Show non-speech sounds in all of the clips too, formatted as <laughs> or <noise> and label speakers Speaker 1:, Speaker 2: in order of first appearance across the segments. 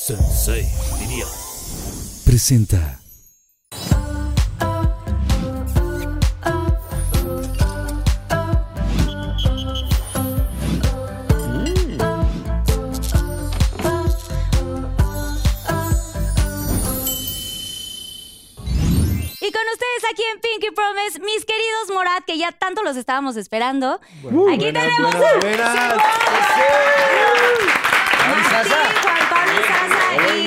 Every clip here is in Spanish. Speaker 1: Sensei, diría. Presenta.
Speaker 2: Y con ustedes aquí en Pinky Promise, mis queridos Morat, que ya tanto los estábamos esperando. aquí tenemos a Martín, Juan Pablo y Sasa. Y,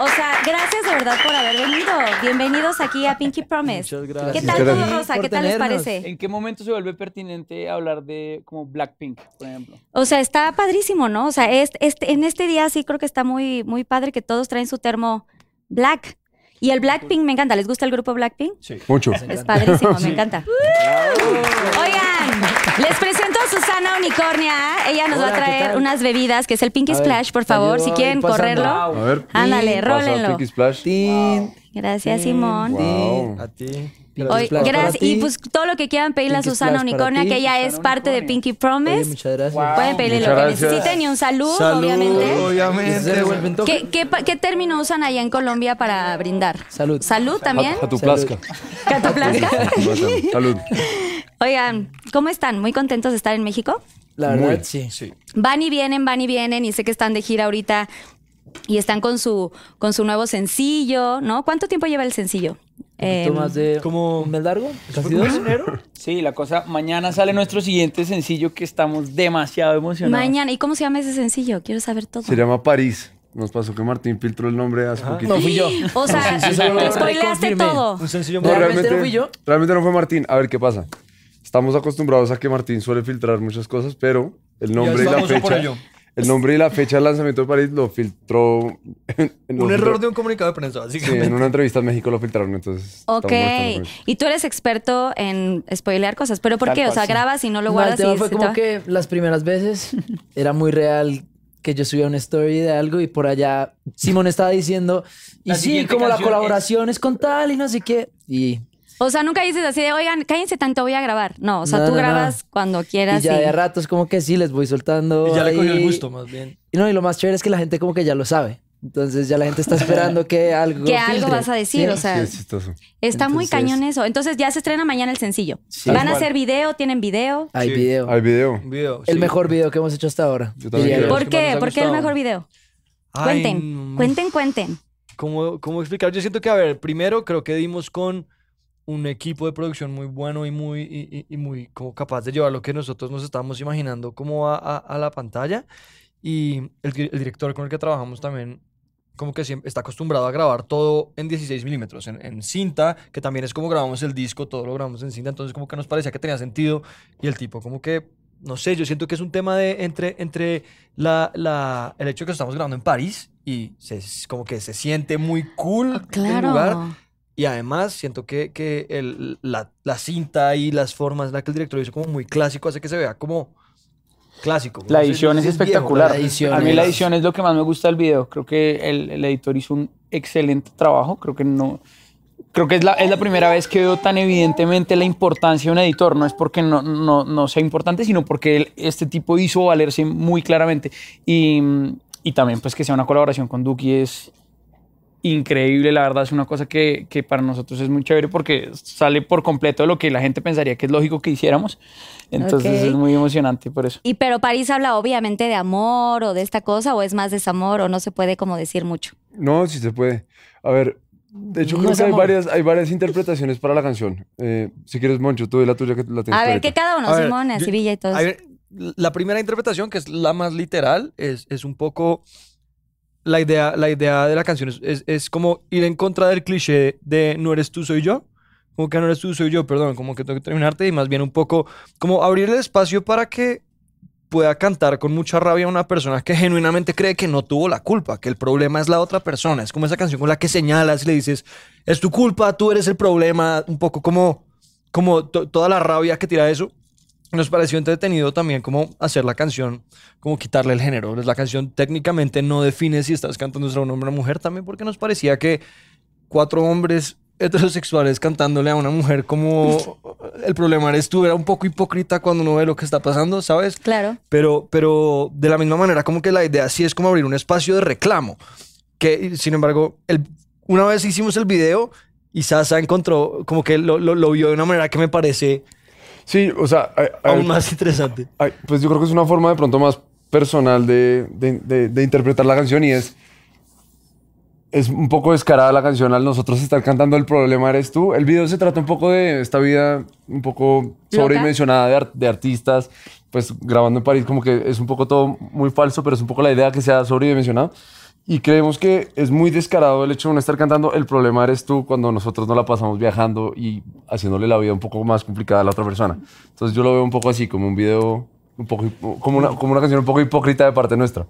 Speaker 2: o sea, gracias de verdad por haber venido. Bienvenidos aquí a Pinky Promise. ¿Qué
Speaker 3: Muchas gracias.
Speaker 2: tal
Speaker 4: Gracias.
Speaker 2: todo, Rosa?
Speaker 4: Por
Speaker 2: ¿Qué tal les
Speaker 4: tenernos.
Speaker 2: parece?
Speaker 3: ¿En qué momento se vuelve pertinente hablar de como Blackpink, por ejemplo?
Speaker 2: O sea, está padrísimo, ¿no? O sea, es- este- en este día sí creo que está muy, muy padre que todos traen su termo black. Y el Blackpink me encanta. ¿Les gusta el grupo Blackpink?
Speaker 4: Mucho.
Speaker 2: Es padrísimo, me
Speaker 4: <laughs>
Speaker 2: encanta. Oigan, les presento a Susana Unicornia. Ella nos va a
Speaker 5: Hola, ¿qué
Speaker 2: traer
Speaker 5: tal?
Speaker 2: unas bebidas, que es el Pinky
Speaker 5: A ver,
Speaker 2: Splash, por
Speaker 5: te
Speaker 2: favor,
Speaker 5: ayudo
Speaker 2: si
Speaker 5: ahí
Speaker 2: quieren
Speaker 5: pasando.
Speaker 2: correrlo.
Speaker 4: A ver.
Speaker 2: Ándale,
Speaker 4: Pasa
Speaker 2: rólenlo.
Speaker 4: Pinky Splash.
Speaker 5: Tin,
Speaker 2: Gracias, Simón.
Speaker 4: Wow.
Speaker 5: tin, A ti.
Speaker 2: Hoy-
Speaker 5: Splash para
Speaker 2: gracias, y
Speaker 5: ti.
Speaker 2: pues todo lo que quieran pedirle a
Speaker 5: Pinky
Speaker 2: Susana
Speaker 5: Splash para
Speaker 2: Unicornia,
Speaker 5: ti.
Speaker 2: que ella es
Speaker 3: Susana
Speaker 2: parte de
Speaker 3: Unicornia.
Speaker 2: Pinky
Speaker 5: Oye,
Speaker 2: Promise.
Speaker 5: muchas gracias.
Speaker 3: Wow.
Speaker 2: Pueden pedirle lo
Speaker 6: Muchas
Speaker 2: que
Speaker 6: gracias.
Speaker 2: necesiten y un salud,
Speaker 5: Salud,
Speaker 2: obviamente.
Speaker 5: Y se
Speaker 6: Obviamente.
Speaker 5: devuelven toque.
Speaker 2: ¿Qué, qué, pa- qué término usan allá en Colombia para brindar?
Speaker 5: Salud.
Speaker 2: ¿Salud también?
Speaker 4: A tu plazca.
Speaker 2: ¿Cataplasca?
Speaker 4: Salud.
Speaker 2: Oigan, ¿cómo están? ¿Muy contentos de estar en México?
Speaker 5: La
Speaker 4: Muy.
Speaker 5: verdad, sí.
Speaker 2: Van y vienen, van y vienen, y sé que están de gira ahorita y están con su, con su nuevo sencillo, ¿no? ¿Cuánto tiempo lleva el sencillo? Eh,
Speaker 5: Poquito más de
Speaker 6: como-
Speaker 5: un mes largo? ¿Casi dos?
Speaker 3: Sí, la cosa, mañana sale nuestro siguiente sencillo que estamos demasiado emocionados.
Speaker 2: mañana, ¿y cómo se llama ese sencillo? Quiero saber todo.
Speaker 4: <laughs> Se llama París. Nos pasó que Martín filtró el nombre hace poquito.
Speaker 5: No fui yo.
Speaker 2: O sea, spoileaste
Speaker 5: reconfirmé.
Speaker 2: todo.
Speaker 6: Un sencillo
Speaker 5: No,
Speaker 6: muy
Speaker 5: realmente no fui yo.
Speaker 4: Realmente no fue Martín. A ver qué pasa. Estamos acostumbrados a que Martín suele filtrar muchas cosas, pero el nombre y, la
Speaker 6: vamos a por
Speaker 4: fecha.
Speaker 6: ello.
Speaker 4: El nombre y la fecha del lanzamiento de París lo filtró. en- en-
Speaker 6: Un
Speaker 4: lo
Speaker 6: error de
Speaker 4: filtró-
Speaker 6: un comunicado de prensa,
Speaker 4: Sí, en
Speaker 6: básicamente.
Speaker 4: una entrevista en México lo filtraron, entonces. estamos
Speaker 2: Ok,
Speaker 4: molestando con eso.
Speaker 2: y tú eres experto en spoilear cosas, pero ¿por
Speaker 3: Tal
Speaker 2: qué? O
Speaker 3: cual,
Speaker 2: sea,
Speaker 3: sí.
Speaker 2: grabas y no lo
Speaker 5: No, el
Speaker 2: guardas
Speaker 5: tema
Speaker 2: y
Speaker 5: fue
Speaker 2: se
Speaker 5: como
Speaker 2: te va-
Speaker 5: que las primeras veces era muy real que yo subía una story de algo y por allá Simón estaba diciendo, y
Speaker 3: La
Speaker 5: sí,
Speaker 3: siguiente
Speaker 5: como la
Speaker 3: canción es-
Speaker 5: colaboración es... con tal y no sé qué. Y,
Speaker 2: O sea, nunca dices así de, oigan, cállense tanto, voy a grabar. No, o sea,
Speaker 5: No,
Speaker 2: tú
Speaker 5: no, no.
Speaker 2: grabas cuando
Speaker 5: y
Speaker 2: quieras.
Speaker 5: ya
Speaker 2: y-
Speaker 5: de a ratos como que sí, les voy soltando.
Speaker 6: Y ya le
Speaker 5: ahí.
Speaker 6: cogió el gusto, más bien.
Speaker 5: Y no, y lo más chévere es que la gente como que ya lo sabe. Entonces ya la gente está
Speaker 6: <laughs>
Speaker 5: esperando que algo...
Speaker 2: Que algo
Speaker 5: filtre.
Speaker 2: vas a decir,
Speaker 5: Sí.
Speaker 2: o
Speaker 4: Sí,
Speaker 2: sea,
Speaker 4: es chistoso.
Speaker 2: está muy
Speaker 5: entonces-
Speaker 2: cañón eso. Entonces ya se estrena mañana el sencillo.
Speaker 5: Sí.
Speaker 2: ¿Van a
Speaker 6: Tal
Speaker 2: hacer
Speaker 6: cual.
Speaker 2: video? ¿Tienen video?
Speaker 5: Hay
Speaker 6: Sí.
Speaker 5: video.
Speaker 4: Hay video.
Speaker 6: Un video.
Speaker 5: El
Speaker 6: sí.
Speaker 5: mejor video que hemos hecho hasta ahora.
Speaker 4: Yo también
Speaker 5: diría
Speaker 4: creo.
Speaker 2: ¿Por
Speaker 6: los que más
Speaker 2: qué?
Speaker 6: nos ha
Speaker 2: ¿Por qué el
Speaker 6: gustado.
Speaker 2: mejor video?
Speaker 6: Ay,
Speaker 2: Cuenten,
Speaker 6: mm,
Speaker 2: cuenten, cuenten.
Speaker 6: ¿cómo, ¿Cómo explicar? Yo siento que, a ver, primero creo que dimos con un equipo de producción muy bueno y muy, y, y- y muy como capaz de llevar lo que nosotros nos estábamos imaginando como a, a- a la pantalla. Y el, di- el director con el que trabajamos también como que siempre está acostumbrado a grabar todo en 16 milímetros, en, en cinta, que también es como grabamos el disco, todo lo grabamos en cinta, entonces como que nos parecía que tenía sentido y el tipo como que, no sé, yo siento que es un tema de entre, entre la, la, el hecho de que estamos grabando en París y se, como que se siente muy
Speaker 5: Ah,
Speaker 6: cool el lugar
Speaker 2: Ah, Claro.
Speaker 6: y además siento que, que el- la, la cinta y las formas, la que el director hizo como muy clásico, hace que se vea como clásico.
Speaker 3: La
Speaker 6: No sé,
Speaker 3: edición
Speaker 6: no
Speaker 3: es
Speaker 6: sé si viejo,
Speaker 3: espectacular.
Speaker 5: la edición
Speaker 3: a mí la
Speaker 5: es-
Speaker 3: edición es lo que más me gusta del video. Creo que el, el editor hizo un excelente trabajo. Creo que no. Creo que es la, es la primera vez que veo tan evidentemente la importancia de un editor. No es porque no, no, no sea importante, sino porque él- este tipo hizo valerse muy claramente. Y, y también pues que sea una colaboración con Duki es increíble. La verdad es una cosa que, que para nosotros es muy chévere porque sale por completo de lo que la gente pensaría que es lógico que hiciéramos. Entonces
Speaker 2: Ok.
Speaker 3: es muy emocionante por eso.
Speaker 2: Y pero París habla obviamente de amor o de esta cosa, o es más desamor, o no se puede como decir mucho.
Speaker 4: No, sí se puede. A ver, de hecho,
Speaker 5: No
Speaker 4: creo
Speaker 5: es
Speaker 4: que hay
Speaker 5: amor.
Speaker 4: varias, hay varias interpretaciones para la canción. Eh, si quieres, Moncho, tú di la tuya que la tienes.
Speaker 2: A ver,
Speaker 4: tú ahorita.
Speaker 2: que cada uno,
Speaker 6: A ver,
Speaker 2: Simón,
Speaker 6: yo-
Speaker 2: Sevilla y todos.
Speaker 6: A ver, la primera interpretación, que es la más literal, es, es un poco... La idea, la idea de la canción es, es- es como ir en contra del cliché de no eres tú, soy yo. Como que no eres tú, soy yo, perdón, como que tengo que terminarte y más bien un poco como abrir el espacio para que pueda cantar con mucha rabia una persona que genuinamente cree que no tuvo la culpa, que el problema es la otra persona. Es como esa canción con la que señalas y le dices, es tu culpa, tú eres el problema, un poco como, como to- toda la rabia que tira eso. Nos pareció entretenido también como hacer la canción, como quitarle el género. Pues La canción técnicamente no define si estás cantando sobre un hombre o una mujer también porque nos parecía que cuatro hombres heterosexuales cantándole a una mujer como el problema eres tú era un poco hipócrita cuando uno ve lo que está pasando, ¿sabes?
Speaker 2: Claro.
Speaker 6: Pero, pero de la misma manera, como que la idea sí es como abrir un espacio de reclamo. que, sin embargo, el, una vez hicimos el video y Sasa encontró, como que lo, lo- lo vio de una manera que me parece
Speaker 4: Sí, o sea, hay- hay-
Speaker 6: aún más interesante.
Speaker 4: hay- pues yo creo que es una forma de pronto más personal de, de- de- de interpretar la canción y es, es un poco descarada la canción al nosotros estar cantando El problema eres tú. El video se trata un poco de esta vida un poco sobredimensionada de, ar- de artistas, pues grabando en París como que es un poco todo muy falso, pero es un poco la idea que sea sobredimensionado. Y creemos que es muy descarado el hecho de no estar cantando El problema eres tú cuando nosotros no la pasamos viajando y haciéndole la vida un poco más complicada a la otra persona. Entonces yo lo veo un poco así, como un video, un poco, hipo- como, una, como una canción un poco hipócrita de parte nuestra.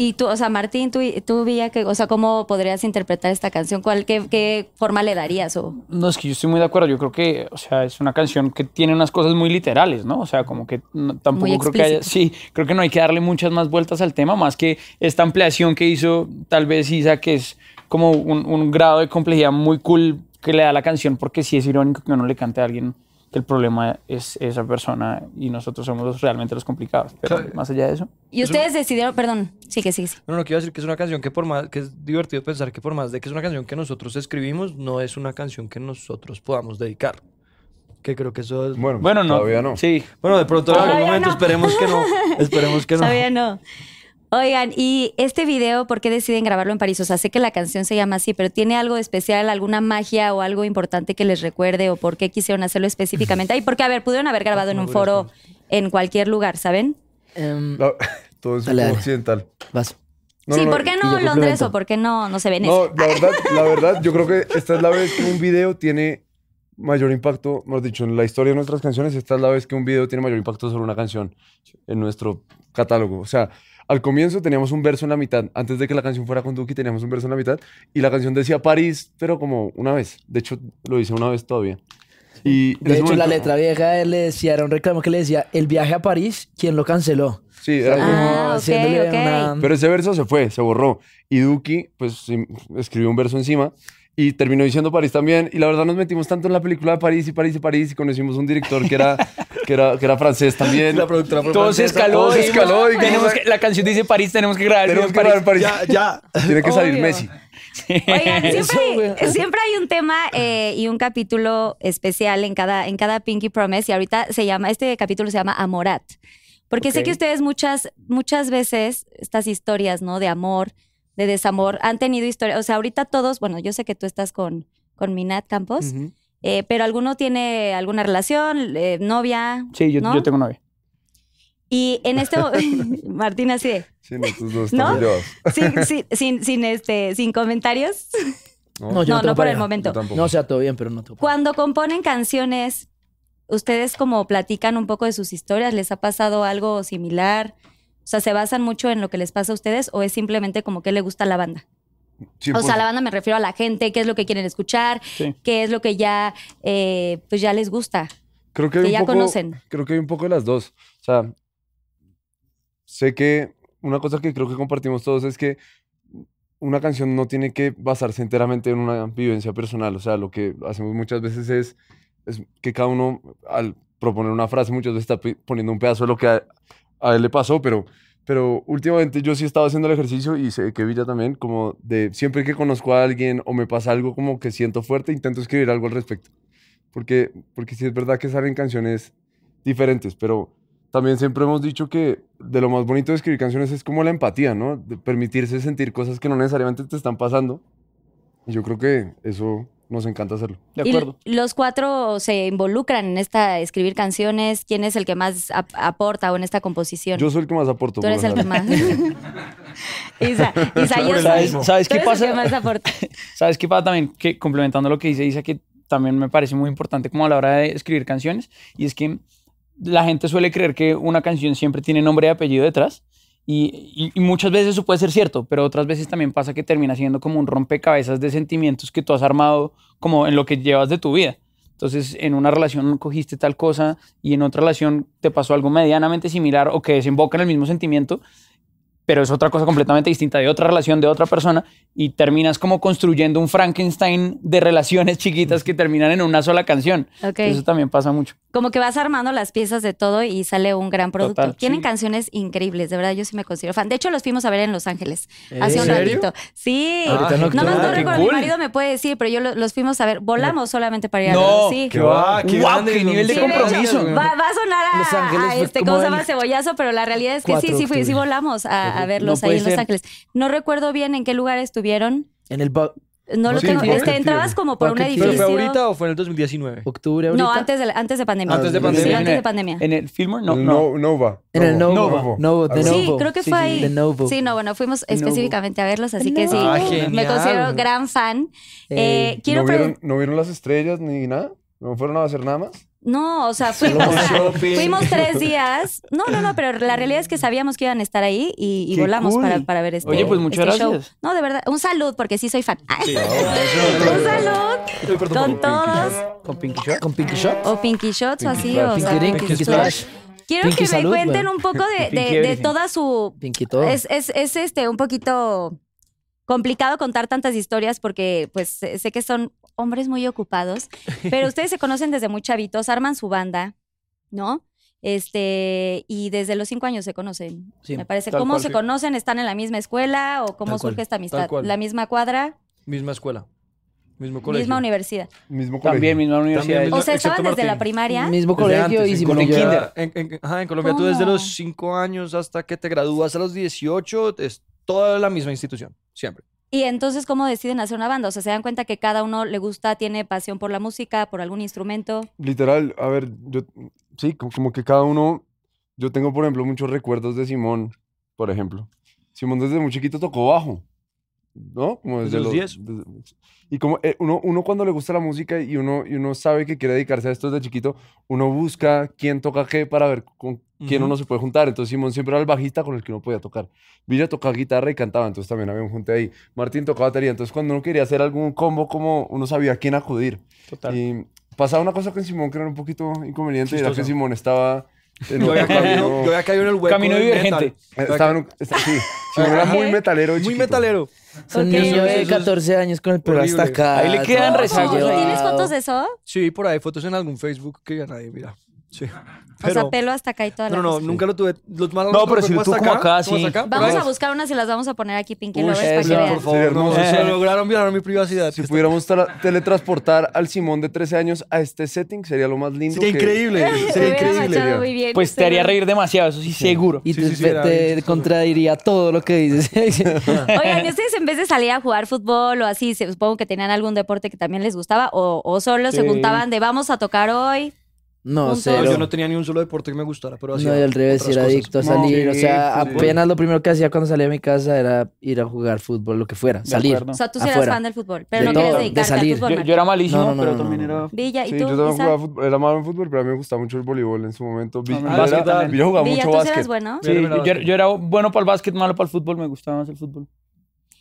Speaker 2: Y tú, o sea, Martín, tú, tú veía que, o sea, ¿cómo podrías interpretar esta canción? ¿Cuál, qué, qué forma le darías? O,
Speaker 3: No, es que yo estoy muy de acuerdo. Yo creo que, o sea, es una canción que tiene unas cosas muy literales, ¿no? O sea, como que no- tampoco
Speaker 2: Muy
Speaker 3: creo que haya. Sí, creo que no hay que darle muchas más vueltas al tema, más que esta ampliación que hizo tal vez Isa, que es como un, un grado de complejidad muy cool que le da la canción, porque sí es irónico que uno le cante a alguien que el problema es esa persona y nosotros somos los- realmente los complicados. Pero
Speaker 6: Claro.
Speaker 3: más allá de eso.
Speaker 2: y ustedes decidieron, perdón, sí que sí, sí.
Speaker 6: No, no, quiero decir que es una canción que por más, que es divertido pensar que por más de que es una canción que nosotros escribimos, no es una canción que nosotros podamos dedicar. Que creo que eso es...
Speaker 4: Bueno,
Speaker 3: Bueno, no.
Speaker 4: todavía no.
Speaker 3: Sí.
Speaker 6: Bueno, de pronto en algún
Speaker 2: Todavía
Speaker 6: momento
Speaker 2: no.
Speaker 6: esperemos
Speaker 2: <laughs>
Speaker 6: que no. Esperemos que no.
Speaker 2: Todavía no. Oigan, y este video, ¿por qué deciden grabarlo en París? O sea, sé que la canción se llama así, pero ¿tiene algo de especial, alguna magia o algo importante que les recuerde o por qué quisieron hacerlo específicamente? Ay, porque, a ver, pudieron haber grabado en un foro en cualquier lugar, ¿saben?
Speaker 5: Em,
Speaker 4: La- <laughs> todo es un
Speaker 5: Dale,
Speaker 4: poco
Speaker 5: dale.
Speaker 4: occidental.
Speaker 5: vas.
Speaker 4: No,
Speaker 2: sí,
Speaker 4: no, no,
Speaker 2: ¿por qué
Speaker 5: y
Speaker 2: no
Speaker 5: yo
Speaker 2: Londres
Speaker 5: complemento.
Speaker 2: o por qué no, no se ven
Speaker 4: No, la verdad, la verdad, yo creo que esta es la vez que un video tiene mayor impacto, hemos dicho, en la historia de nuestras canciones, esta es la vez que un video tiene mayor impacto sobre una canción en nuestro catálogo. O sea, al comienzo teníamos un verso en la mitad, antes de que la canción fuera con Duki teníamos un verso en la mitad y la canción decía París, pero como una vez. De hecho, lo hice una vez todavía. Y en
Speaker 5: De
Speaker 4: ese
Speaker 5: hecho, la
Speaker 4: momento-
Speaker 5: letra vieja él le decía, era un reclamo que le decía, el viaje a París, ¿quién lo canceló?
Speaker 4: Sí, era como-
Speaker 2: Ah, ok,
Speaker 5: haciéndole
Speaker 2: ok.
Speaker 4: Pero ese verso se fue, se borró. Y Duki, pues, sí, escribió un verso encima y terminó diciendo París también. Y la verdad nos metimos tanto en la película de París y París y París y conocimos un director que era, que era, que era francés también.
Speaker 6: La productora fue
Speaker 3: Todo se
Speaker 6: francesa.
Speaker 3: escaló.
Speaker 4: todo se
Speaker 3: dijimos,
Speaker 4: escaló, dijimos,
Speaker 3: tenemos que- la canción dice París, tenemos que grabar.
Speaker 4: Tenemos
Speaker 3: en
Speaker 4: que
Speaker 3: París.
Speaker 4: grabar en París.
Speaker 6: Ya, ya.
Speaker 4: Tiene que salir
Speaker 2: Obvio.
Speaker 4: Messi.
Speaker 2: Oigan,
Speaker 5: Eso,
Speaker 2: siempre,
Speaker 5: güey.
Speaker 2: siempre hay un tema eh, y un capítulo especial en cada, en cada Pinky Promise y ahorita se llama, este capítulo se llama Amorat. Porque sé
Speaker 3: Ok.
Speaker 2: que ustedes muchas, muchas veces estas historias, ¿no? De amor, de desamor, han tenido historias, o sea, ahorita todos, bueno, yo sé que tú estás con, con Minat Campos,
Speaker 4: Ujú.
Speaker 2: eh, pero alguno tiene alguna relación, eh, novia.
Speaker 3: Sí, yo,
Speaker 2: ¿no?
Speaker 3: yo tengo novia.
Speaker 2: Y en este momento, <laughs> Martín así de,
Speaker 4: Sí, no, tus dos
Speaker 2: ¿No?
Speaker 4: están llevados.
Speaker 2: sin, sin, sin, sin, este, sin comentarios.
Speaker 4: No,
Speaker 5: No, yo
Speaker 2: No, no,
Speaker 5: tengo
Speaker 2: por el
Speaker 5: pareja.
Speaker 4: yo
Speaker 2: momento.
Speaker 4: tampoco.
Speaker 5: No, o sea, todo bien, pero no tengo
Speaker 2: Cuando componen canciones, ustedes como platican un poco de sus historias, ¿les ha pasado algo similar? O sea, ¿se basan mucho en lo que les pasa a ustedes o es simplemente como que le gusta a la banda?
Speaker 4: Sí,
Speaker 2: O sea,
Speaker 4: pues,
Speaker 2: a la banda me refiero a la gente, qué es lo que quieren escuchar,
Speaker 3: Sí.
Speaker 2: qué es lo que ya, eh, pues ya les gusta.
Speaker 4: creo que,
Speaker 2: que
Speaker 4: hay un
Speaker 2: ya
Speaker 4: poco-
Speaker 2: conocen.
Speaker 4: Creo que hay un poco de las dos. O sea, sé que una cosa que creo que compartimos todos es que una canción no tiene que basarse enteramente en una vivencia personal. O sea, lo que hacemos muchas veces es, es que cada uno, al proponer una frase, muchas veces está pi- poniendo un pedazo de lo que a, a él le pasó, pero, pero últimamente yo sí he estado haciendo el ejercicio y sé que Villa también, como de siempre que conozco a alguien o me pasa algo como que siento fuerte, intento escribir algo al respecto. Porque, porque sí es verdad que salen canciones diferentes, pero también siempre hemos dicho que de lo más bonito de escribir canciones es como la empatía, ¿no? De permitirse sentir cosas que no necesariamente te están pasando. Y yo creo que eso nos encanta hacerlo.
Speaker 3: De
Speaker 2: Y
Speaker 3: acuerdo.
Speaker 2: los cuatro se involucran en esta a escribir canciones. ¿Quién es el que más ap- aporta o en esta composición?
Speaker 4: Yo soy el que más aporto.
Speaker 2: Tú
Speaker 4: por
Speaker 2: eres
Speaker 4: lo
Speaker 2: el que
Speaker 4: general.
Speaker 2: más. <laughs> Isa, Isa, yo
Speaker 3: ¿Sabes-
Speaker 2: soy.
Speaker 3: sabes
Speaker 2: tú eres
Speaker 3: qué
Speaker 2: el
Speaker 3: pasa?
Speaker 2: que más aporta.
Speaker 3: ¿Sabes qué pasa también? Que complementando lo que dice Isa, que también me parece muy importante como a la hora de escribir canciones, y es que la gente suele creer que una canción siempre tiene nombre y apellido detrás, y, y- y muchas veces eso puede ser cierto, pero otras veces también pasa que termina siendo como un rompecabezas de sentimientos que tú has armado como en lo que llevas de tu vida. Entonces, en una relación cogiste tal cosa y en otra relación te pasó algo medianamente similar o que desemboca en el mismo sentimiento, pero es otra cosa completamente distinta de otra relación, de otra persona, y terminas como construyendo un Frankenstein de relaciones chiquitas que terminan en una sola canción.
Speaker 2: Ok.
Speaker 3: Eso también pasa mucho.
Speaker 2: Como que vas armando las piezas de todo y sale un gran producto.
Speaker 3: Total,
Speaker 2: Tienen
Speaker 3: sí.
Speaker 2: canciones increíbles, de verdad yo sí me considero fan. De hecho, los fuimos a ver en Los Ángeles
Speaker 5: ¿Eh?
Speaker 2: hace un
Speaker 5: ¿En
Speaker 6: serio?
Speaker 2: ratito. Sí.
Speaker 5: Ahorita en
Speaker 2: no
Speaker 5: octubre.
Speaker 2: más no
Speaker 3: qué
Speaker 2: recuerdo, mi
Speaker 3: cool.
Speaker 2: marido me puede decir, pero yo lo- los fuimos a ver. Volamos solamente para ir a
Speaker 3: No,
Speaker 2: verlos, sí.
Speaker 6: Qué va, qué
Speaker 3: Guau,
Speaker 6: grande,
Speaker 3: qué
Speaker 6: ¿no?
Speaker 3: nivel de
Speaker 2: Sí, hecho,
Speaker 3: compromiso.
Speaker 2: va, va a sonar a,
Speaker 5: Los Ángeles
Speaker 2: a
Speaker 5: fue
Speaker 2: este,
Speaker 5: como
Speaker 2: ¿cómo se llama?
Speaker 5: el
Speaker 2: Cebollazo, pero la realidad es que
Speaker 5: 4
Speaker 2: sí,
Speaker 5: de
Speaker 2: sí, fui- sí
Speaker 5: octubre.
Speaker 2: volamos a, a
Speaker 3: No
Speaker 2: verlos ahí
Speaker 3: puede
Speaker 2: en Los
Speaker 3: ser.
Speaker 2: Ángeles. No recuerdo bien en qué lugar estuvieron.
Speaker 5: En el bu-
Speaker 2: No lo
Speaker 6: Sí,
Speaker 2: tengo.
Speaker 6: fue
Speaker 2: Este,
Speaker 6: Rocket
Speaker 2: entrabas
Speaker 6: Theater.
Speaker 2: como por un
Speaker 5: Rocket
Speaker 2: edificio.
Speaker 6: ¿Pero fue ahorita o fue en el 2019?
Speaker 5: octubre ahorita.
Speaker 2: No, antes de, antes de pandemia.
Speaker 6: Antes de
Speaker 2: Sí,
Speaker 6: pandemia.
Speaker 2: antes de pandemia.
Speaker 3: En el Fillmore, no,
Speaker 4: No,
Speaker 3: no.
Speaker 4: no. Nova.
Speaker 5: En el Novo.
Speaker 4: Novo.
Speaker 5: Novo, de
Speaker 4: Algo
Speaker 5: Novo.
Speaker 2: Sí, creo que
Speaker 5: Sí,
Speaker 2: fue
Speaker 5: sí,
Speaker 2: ahí.
Speaker 5: de Novo.
Speaker 2: Sí, no, bueno, fuimos
Speaker 3: Novo.
Speaker 2: específicamente a verlos, así que sí.
Speaker 5: Novo. Ah,
Speaker 2: me
Speaker 6: genial.
Speaker 2: considero gran fan. Eh,
Speaker 5: Eh,
Speaker 2: quiero
Speaker 4: ¿No
Speaker 2: preguntar.
Speaker 4: vieron, ¿No vieron las estrellas ni nada? ¿No fueron a hacer nada más?
Speaker 2: No, o sea, fuimos,
Speaker 4: Solo
Speaker 2: o sea, <laughs>
Speaker 4: shopping.
Speaker 2: fuimos tres días. No, no, no, pero la realidad es que sabíamos que iban a estar ahí y, y
Speaker 4: Qué
Speaker 2: volamos
Speaker 4: cool.
Speaker 2: para, para ver este
Speaker 3: Oye, pues, muchas
Speaker 2: este show.
Speaker 3: gracias.
Speaker 2: No, de verdad, un salud, porque sí soy fan. <laughs> un salud con todos.
Speaker 3: Con Pinky Shot.
Speaker 5: Con Pinky Shop.
Speaker 2: O Pinky Shots o así, o
Speaker 5: Pinky
Speaker 2: sea,
Speaker 5: Ring, Pinky Splash.
Speaker 2: Quiero
Speaker 5: Pinky
Speaker 2: que me
Speaker 5: Salud,
Speaker 2: cuenten
Speaker 5: bueno.
Speaker 2: un poco de, de-
Speaker 3: Pinky
Speaker 2: de
Speaker 3: Everything.
Speaker 2: toda su...
Speaker 5: Pinky todo.
Speaker 2: Es, es, es este, un poquito complicado contar tantas historias porque pues sé sé que son hombres muy ocupados, pero ustedes se conocen desde muy chavitos, arman su banda, ¿no? Este, y desde los cinco años se conocen,
Speaker 5: Sí,
Speaker 2: me parece.
Speaker 4: tal
Speaker 2: ¿Cómo
Speaker 4: cual,
Speaker 2: se
Speaker 4: sí.
Speaker 2: conocen? ¿Están en la misma escuela o cómo
Speaker 5: Tal cual,
Speaker 2: surge esta amistad?
Speaker 6: cual.
Speaker 2: ¿La misma cuadra?
Speaker 6: Misma escuela. Mismo colegio.
Speaker 2: ¿Misma universidad?
Speaker 4: Mismo colegio.
Speaker 3: También, misma universidad.
Speaker 6: También
Speaker 2: O
Speaker 6: No,
Speaker 2: sea,
Speaker 6: excepto
Speaker 2: ¿estaban desde la
Speaker 6: Martín.
Speaker 2: primaria?
Speaker 5: Mismo
Speaker 6: Desde
Speaker 5: colegio
Speaker 6: antes,
Speaker 5: y
Speaker 6: en
Speaker 5: si
Speaker 6: Colombia-
Speaker 3: Kinder.
Speaker 6: En, en- ajá, en Colombia tú
Speaker 2: ¿Cómo?
Speaker 6: desde los 5 años hasta que te gradúas a los 18 es toda la misma institución, siempre.
Speaker 2: Y entonces, ¿cómo deciden hacer una banda? O sea, ¿se dan cuenta que cada uno le gusta, tiene pasión por la música, por algún instrumento?
Speaker 4: Literal, a ver, yo, sí, co- como, que cada uno, yo tengo, por ejemplo, muchos recuerdos de Simón, por ejemplo. Simón desde muy chiquito tocó bajo, ¿no? Como
Speaker 6: Desde los 10.
Speaker 4: desde- y como eh, uno, uno cuando le gusta la música y uno, y uno sabe que quiere dedicarse a esto desde chiquito, uno busca quién toca qué para ver con quién
Speaker 6: Ujú.
Speaker 4: uno se puede juntar. Entonces Simón siempre era el bajista con el que uno podía tocar. Villa tocaba guitarra y cantaba, entonces también había un junte ahí. Martín tocaba batería, entonces cuando uno quería hacer algún combo, como uno sabía a quién acudir.
Speaker 3: Total.
Speaker 4: Y pasaba una cosa con Simón que era un poquito inconveniente, y era que
Speaker 6: Chistosa.
Speaker 4: Simón estaba en
Speaker 6: Yo
Speaker 4: un <laughs>
Speaker 6: había caído, yo
Speaker 4: camino,
Speaker 6: había caído en el hueco.
Speaker 3: Camino
Speaker 6: del
Speaker 3: divergente.
Speaker 6: metal.
Speaker 4: eh, estaba en un- esta- sí, Simón era muy metalero. de
Speaker 6: Muy
Speaker 4: chiquito.
Speaker 6: metalero.
Speaker 5: Es un
Speaker 2: Ok.
Speaker 5: niño
Speaker 6: Eso
Speaker 5: de
Speaker 6: es- eso es
Speaker 5: 14 años con el pelo hasta
Speaker 6: horrible.
Speaker 5: acá.
Speaker 3: Ahí le quedan
Speaker 5: todo
Speaker 3: rezagos
Speaker 5: llevado.
Speaker 3: ahí.
Speaker 2: ¿Tienes fotos de eso?
Speaker 6: Sí, por ahí fotos en algún Facebook que ya nadie mira. Sí.
Speaker 2: O sea,
Speaker 6: Pero-
Speaker 2: pelo hasta acá y toda la
Speaker 6: No, no,
Speaker 2: cosa.
Speaker 6: nunca lo tuve. Los más
Speaker 3: No,
Speaker 6: lo
Speaker 3: pero
Speaker 6: tuve
Speaker 3: si
Speaker 6: como
Speaker 3: tú
Speaker 6: hasta
Speaker 3: como acá,
Speaker 6: como
Speaker 3: sí.
Speaker 6: hasta acá, por
Speaker 2: Vamos
Speaker 6: ahí.
Speaker 2: a buscar unas y las vamos a poner aquí, Pinky
Speaker 3: Uy,
Speaker 2: Lovers, para que
Speaker 3: eso,
Speaker 2: vean. <laughs>
Speaker 6: Por favor, no,
Speaker 4: Sí,
Speaker 6: se
Speaker 3: hermoso.
Speaker 6: lograron violar mi privacidad.
Speaker 4: Si pudiéramos tra- teletransportar al Simón de 13 años a este setting, sería lo más lindo.
Speaker 6: Sería
Speaker 4: que-
Speaker 6: increíble.
Speaker 2: Se
Speaker 6: Sería
Speaker 2: hubiera
Speaker 6: increíble.
Speaker 2: machado
Speaker 4: ya.
Speaker 2: muy bien.
Speaker 3: Pues te haría reír demasiado, eso sí, seguro.
Speaker 5: Y
Speaker 6: Sí,
Speaker 5: te,
Speaker 6: sí, sí,
Speaker 5: te-
Speaker 6: era
Speaker 5: te
Speaker 6: bien chistoso.
Speaker 5: contradiría todo lo que dices. <laughs>
Speaker 2: Oigan, ¿y ustedes en vez de salir a jugar fútbol o así, se- supongo que tenían algún deporte que también les gustaba o, o solo se
Speaker 3: Sí.
Speaker 2: juntaban de vamos a tocar hoy?
Speaker 5: no,
Speaker 2: Punto.
Speaker 5: cero.
Speaker 6: Yo no tenía ni un solo deporte que me gustara, pero así.
Speaker 5: No, y al revés, era adicto a
Speaker 4: No,
Speaker 5: salir. o
Speaker 4: sí,
Speaker 5: sea,
Speaker 4: sí.
Speaker 5: apenas lo primero que hacía cuando salía de mi casa era ir a jugar fútbol, lo que fuera,
Speaker 3: De
Speaker 5: salir.
Speaker 3: acuerdo.
Speaker 2: O sea, tú sí eras
Speaker 5: Afuera.
Speaker 2: fan del fútbol, pero
Speaker 5: De
Speaker 2: no querías
Speaker 5: todo, de
Speaker 2: dedicarte
Speaker 5: salir.
Speaker 2: al
Speaker 3: Yo,
Speaker 2: fútbol.
Speaker 3: yo era malísimo,
Speaker 5: No, no, no,
Speaker 3: pero
Speaker 5: no,
Speaker 3: también
Speaker 5: no, no.
Speaker 3: era.
Speaker 2: Villa, ¿y
Speaker 4: Sí,
Speaker 2: tú,
Speaker 4: yo también
Speaker 2: Isa?
Speaker 4: jugaba fútbol, era malo en fútbol, pero a mí me gustaba mucho el voleibol en su momento. Vi-
Speaker 3: Ah,
Speaker 4: Villa-
Speaker 3: básquet también.
Speaker 4: Villa jugaba
Speaker 2: Villa,
Speaker 4: mucho
Speaker 2: ¿tú sí eras
Speaker 4: básquet.
Speaker 2: bueno?
Speaker 3: Sí, yo, yo era bueno para el básquet, malo para el fútbol, me gustaba más el fútbol.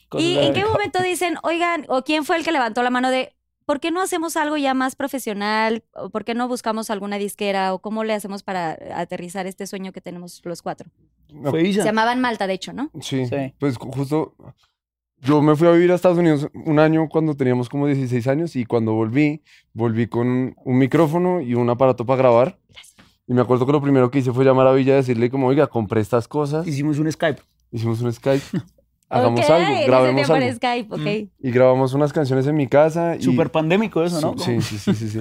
Speaker 3: Cosas
Speaker 2: ¿Y
Speaker 3: de-
Speaker 2: en qué momento dicen, oigan, o quién fue el que levantó la mano de, ¿por qué no hacemos algo ya más profesional? ¿O ¿Por qué no buscamos alguna disquera? ¿O cómo le hacemos para aterrizar este sueño que tenemos los cuatro?
Speaker 4: No,
Speaker 3: Fue Isa.
Speaker 2: Se llamaban Malta, de hecho, ¿no?
Speaker 4: Sí,
Speaker 3: Sí.
Speaker 4: pues ju- justo yo me fui a vivir a Estados Unidos un año cuando teníamos como 16 años y cuando volví, volví con un micrófono y un aparato para grabar. Y me acuerdo que lo primero que hice fue llamar a Villa y decirle como, oiga, compré estas cosas,
Speaker 3: Hicimos un Skype.
Speaker 4: hicimos
Speaker 2: <laughs>
Speaker 4: un Skype, hagamos
Speaker 2: Ok, en
Speaker 4: algo,
Speaker 2: ese
Speaker 4: grabemos
Speaker 2: tiempo era
Speaker 4: algo. Mm.
Speaker 2: Skype, ok.
Speaker 4: Y grabamos unas canciones en mi casa. y-
Speaker 3: Súper pandémico eso, ¿no?
Speaker 4: Su- Sí, sí, sí, sí, sí.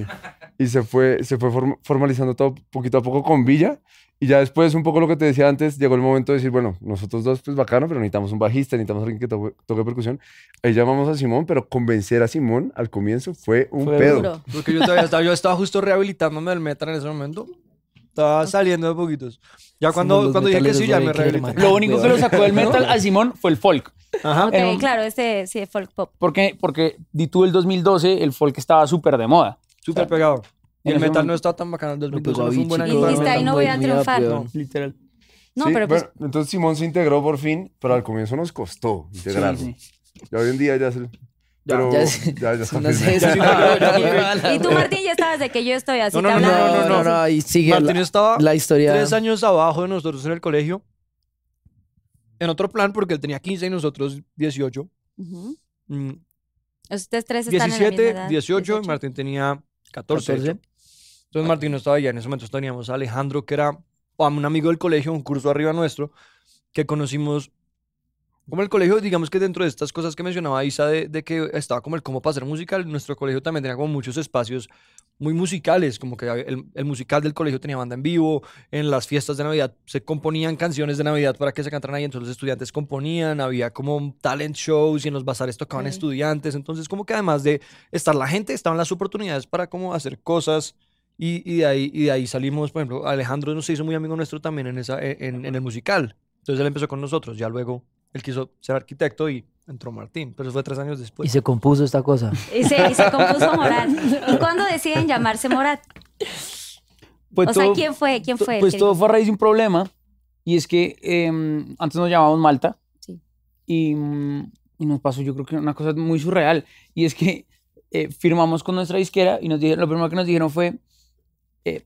Speaker 4: Y se fue, se fue form- formalizando todo poquito a poco con Villa. Y ya después, un poco lo que te decía antes, llegó el momento de decir, bueno, nosotros dos, pues bacano, pero necesitamos un bajista, necesitamos alguien que toque, toque percusión. Ahí llamamos a Simón, pero convencer a Simón al comienzo fue un
Speaker 3: Fue
Speaker 4: pedo.
Speaker 2: Duro.
Speaker 6: Porque yo todavía estaba, yo estaba justo rehabilitándome del metal en ese momento. Estaba saliendo de poquitos. Ya
Speaker 5: Somos
Speaker 6: cuando,
Speaker 5: los
Speaker 6: cuando dije que
Speaker 5: metaleros,
Speaker 6: sí, ya
Speaker 5: güey,
Speaker 6: me
Speaker 5: que eres
Speaker 6: rehabilité.
Speaker 5: mal.
Speaker 3: Lo único que lo
Speaker 5: <laughs>
Speaker 3: sacó del metal a Simón fue el folk.
Speaker 6: Ajá.
Speaker 2: Ok,
Speaker 3: Era un-
Speaker 2: claro, este sí, folk pop.
Speaker 3: Porque, porque di tú el 2012, el folk estaba súper de moda.
Speaker 5: Eh,
Speaker 6: Súper pegado. Y
Speaker 3: en
Speaker 6: el
Speaker 3: ese
Speaker 6: metal
Speaker 3: momento-
Speaker 6: no está tan bacano. El
Speaker 5: No,
Speaker 6: 2012
Speaker 5: pues,
Speaker 6: no fue un buen
Speaker 5: Avicii,
Speaker 2: Y
Speaker 6: año.
Speaker 5: todo,
Speaker 6: para el
Speaker 2: dijiste, ahí
Speaker 6: metal.
Speaker 2: no
Speaker 5: muy
Speaker 2: voy a
Speaker 5: up,
Speaker 2: triunfar.
Speaker 5: weón.
Speaker 3: Literal.
Speaker 2: No,
Speaker 4: Sí,
Speaker 2: pero pues,
Speaker 4: bueno, entonces Simón se integró por fin, pero al comienzo nos costó integrarlo.
Speaker 3: Sí,
Speaker 4: Ya hoy en día ya se... Pero
Speaker 5: ya
Speaker 4: ya,
Speaker 5: se-
Speaker 4: ya, está
Speaker 5: No
Speaker 4: firme.
Speaker 5: sé, sí,
Speaker 2: Y tú, Martín, ya estabas de que yo estoy así.
Speaker 6: No, no,
Speaker 2: te
Speaker 5: No,
Speaker 2: hablaron y
Speaker 5: no, no,
Speaker 2: así.
Speaker 5: no, y sigue
Speaker 6: Martín
Speaker 5: la,
Speaker 6: estaba
Speaker 5: la historia.
Speaker 6: tres años abajo de nosotros en el colegio. En otro plan, porque él tenía 15 y nosotros 18.
Speaker 2: Ujú.
Speaker 6: mm,
Speaker 2: Ustedes tres están en la
Speaker 6: 17,
Speaker 2: misma edad.
Speaker 6: 18, Martín tenía 14.
Speaker 5: 14.
Speaker 6: Entonces Martín no estaba allá. En ese momento teníamos a Alejandro, que era un amigo del colegio, un curso arriba nuestro, que conocimos. Como el colegio, digamos que dentro de estas cosas que mencionaba Isa, de, de que estaba como el cómo para hacer música, nuestro colegio también tenía como muchos espacios muy musicales, como que el, el musical del colegio tenía banda en vivo, en las fiestas de Navidad se componían canciones de Navidad para que se cantaran ahí, entonces los estudiantes componían, había como talent shows y en los bazares tocaban
Speaker 2: Ok.
Speaker 6: estudiantes, entonces como que además de estar la gente, estaban las oportunidades para como hacer cosas y, y de, ahí, y de ahí salimos, por ejemplo, Alejandro nos hizo muy amigo nuestro también en, esa, e, en, en el musical, entonces él empezó con nosotros, ya luego él quiso ser arquitecto y entró Martín, pero eso fue tres años
Speaker 5: Y
Speaker 6: después.
Speaker 5: se compuso esta cosa.
Speaker 2: Y se, y se compuso Morat. ¿Y cuándo deciden llamarse Morat?
Speaker 3: Pues
Speaker 2: O sea,
Speaker 3: todo-
Speaker 2: ¿quién fue? ¿Quién
Speaker 3: to-
Speaker 2: fue? el
Speaker 3: Pues
Speaker 2: que-
Speaker 3: todo fue a raíz de un problema. Y es que eh, antes nos llamábamos Malta.
Speaker 2: Sí.
Speaker 3: Y, mm, y nos pasó, yo creo que una cosa muy surreal. Y es que eh, firmamos con nuestra disquera y nos dijeron, lo primero que nos dijeron fue, eh,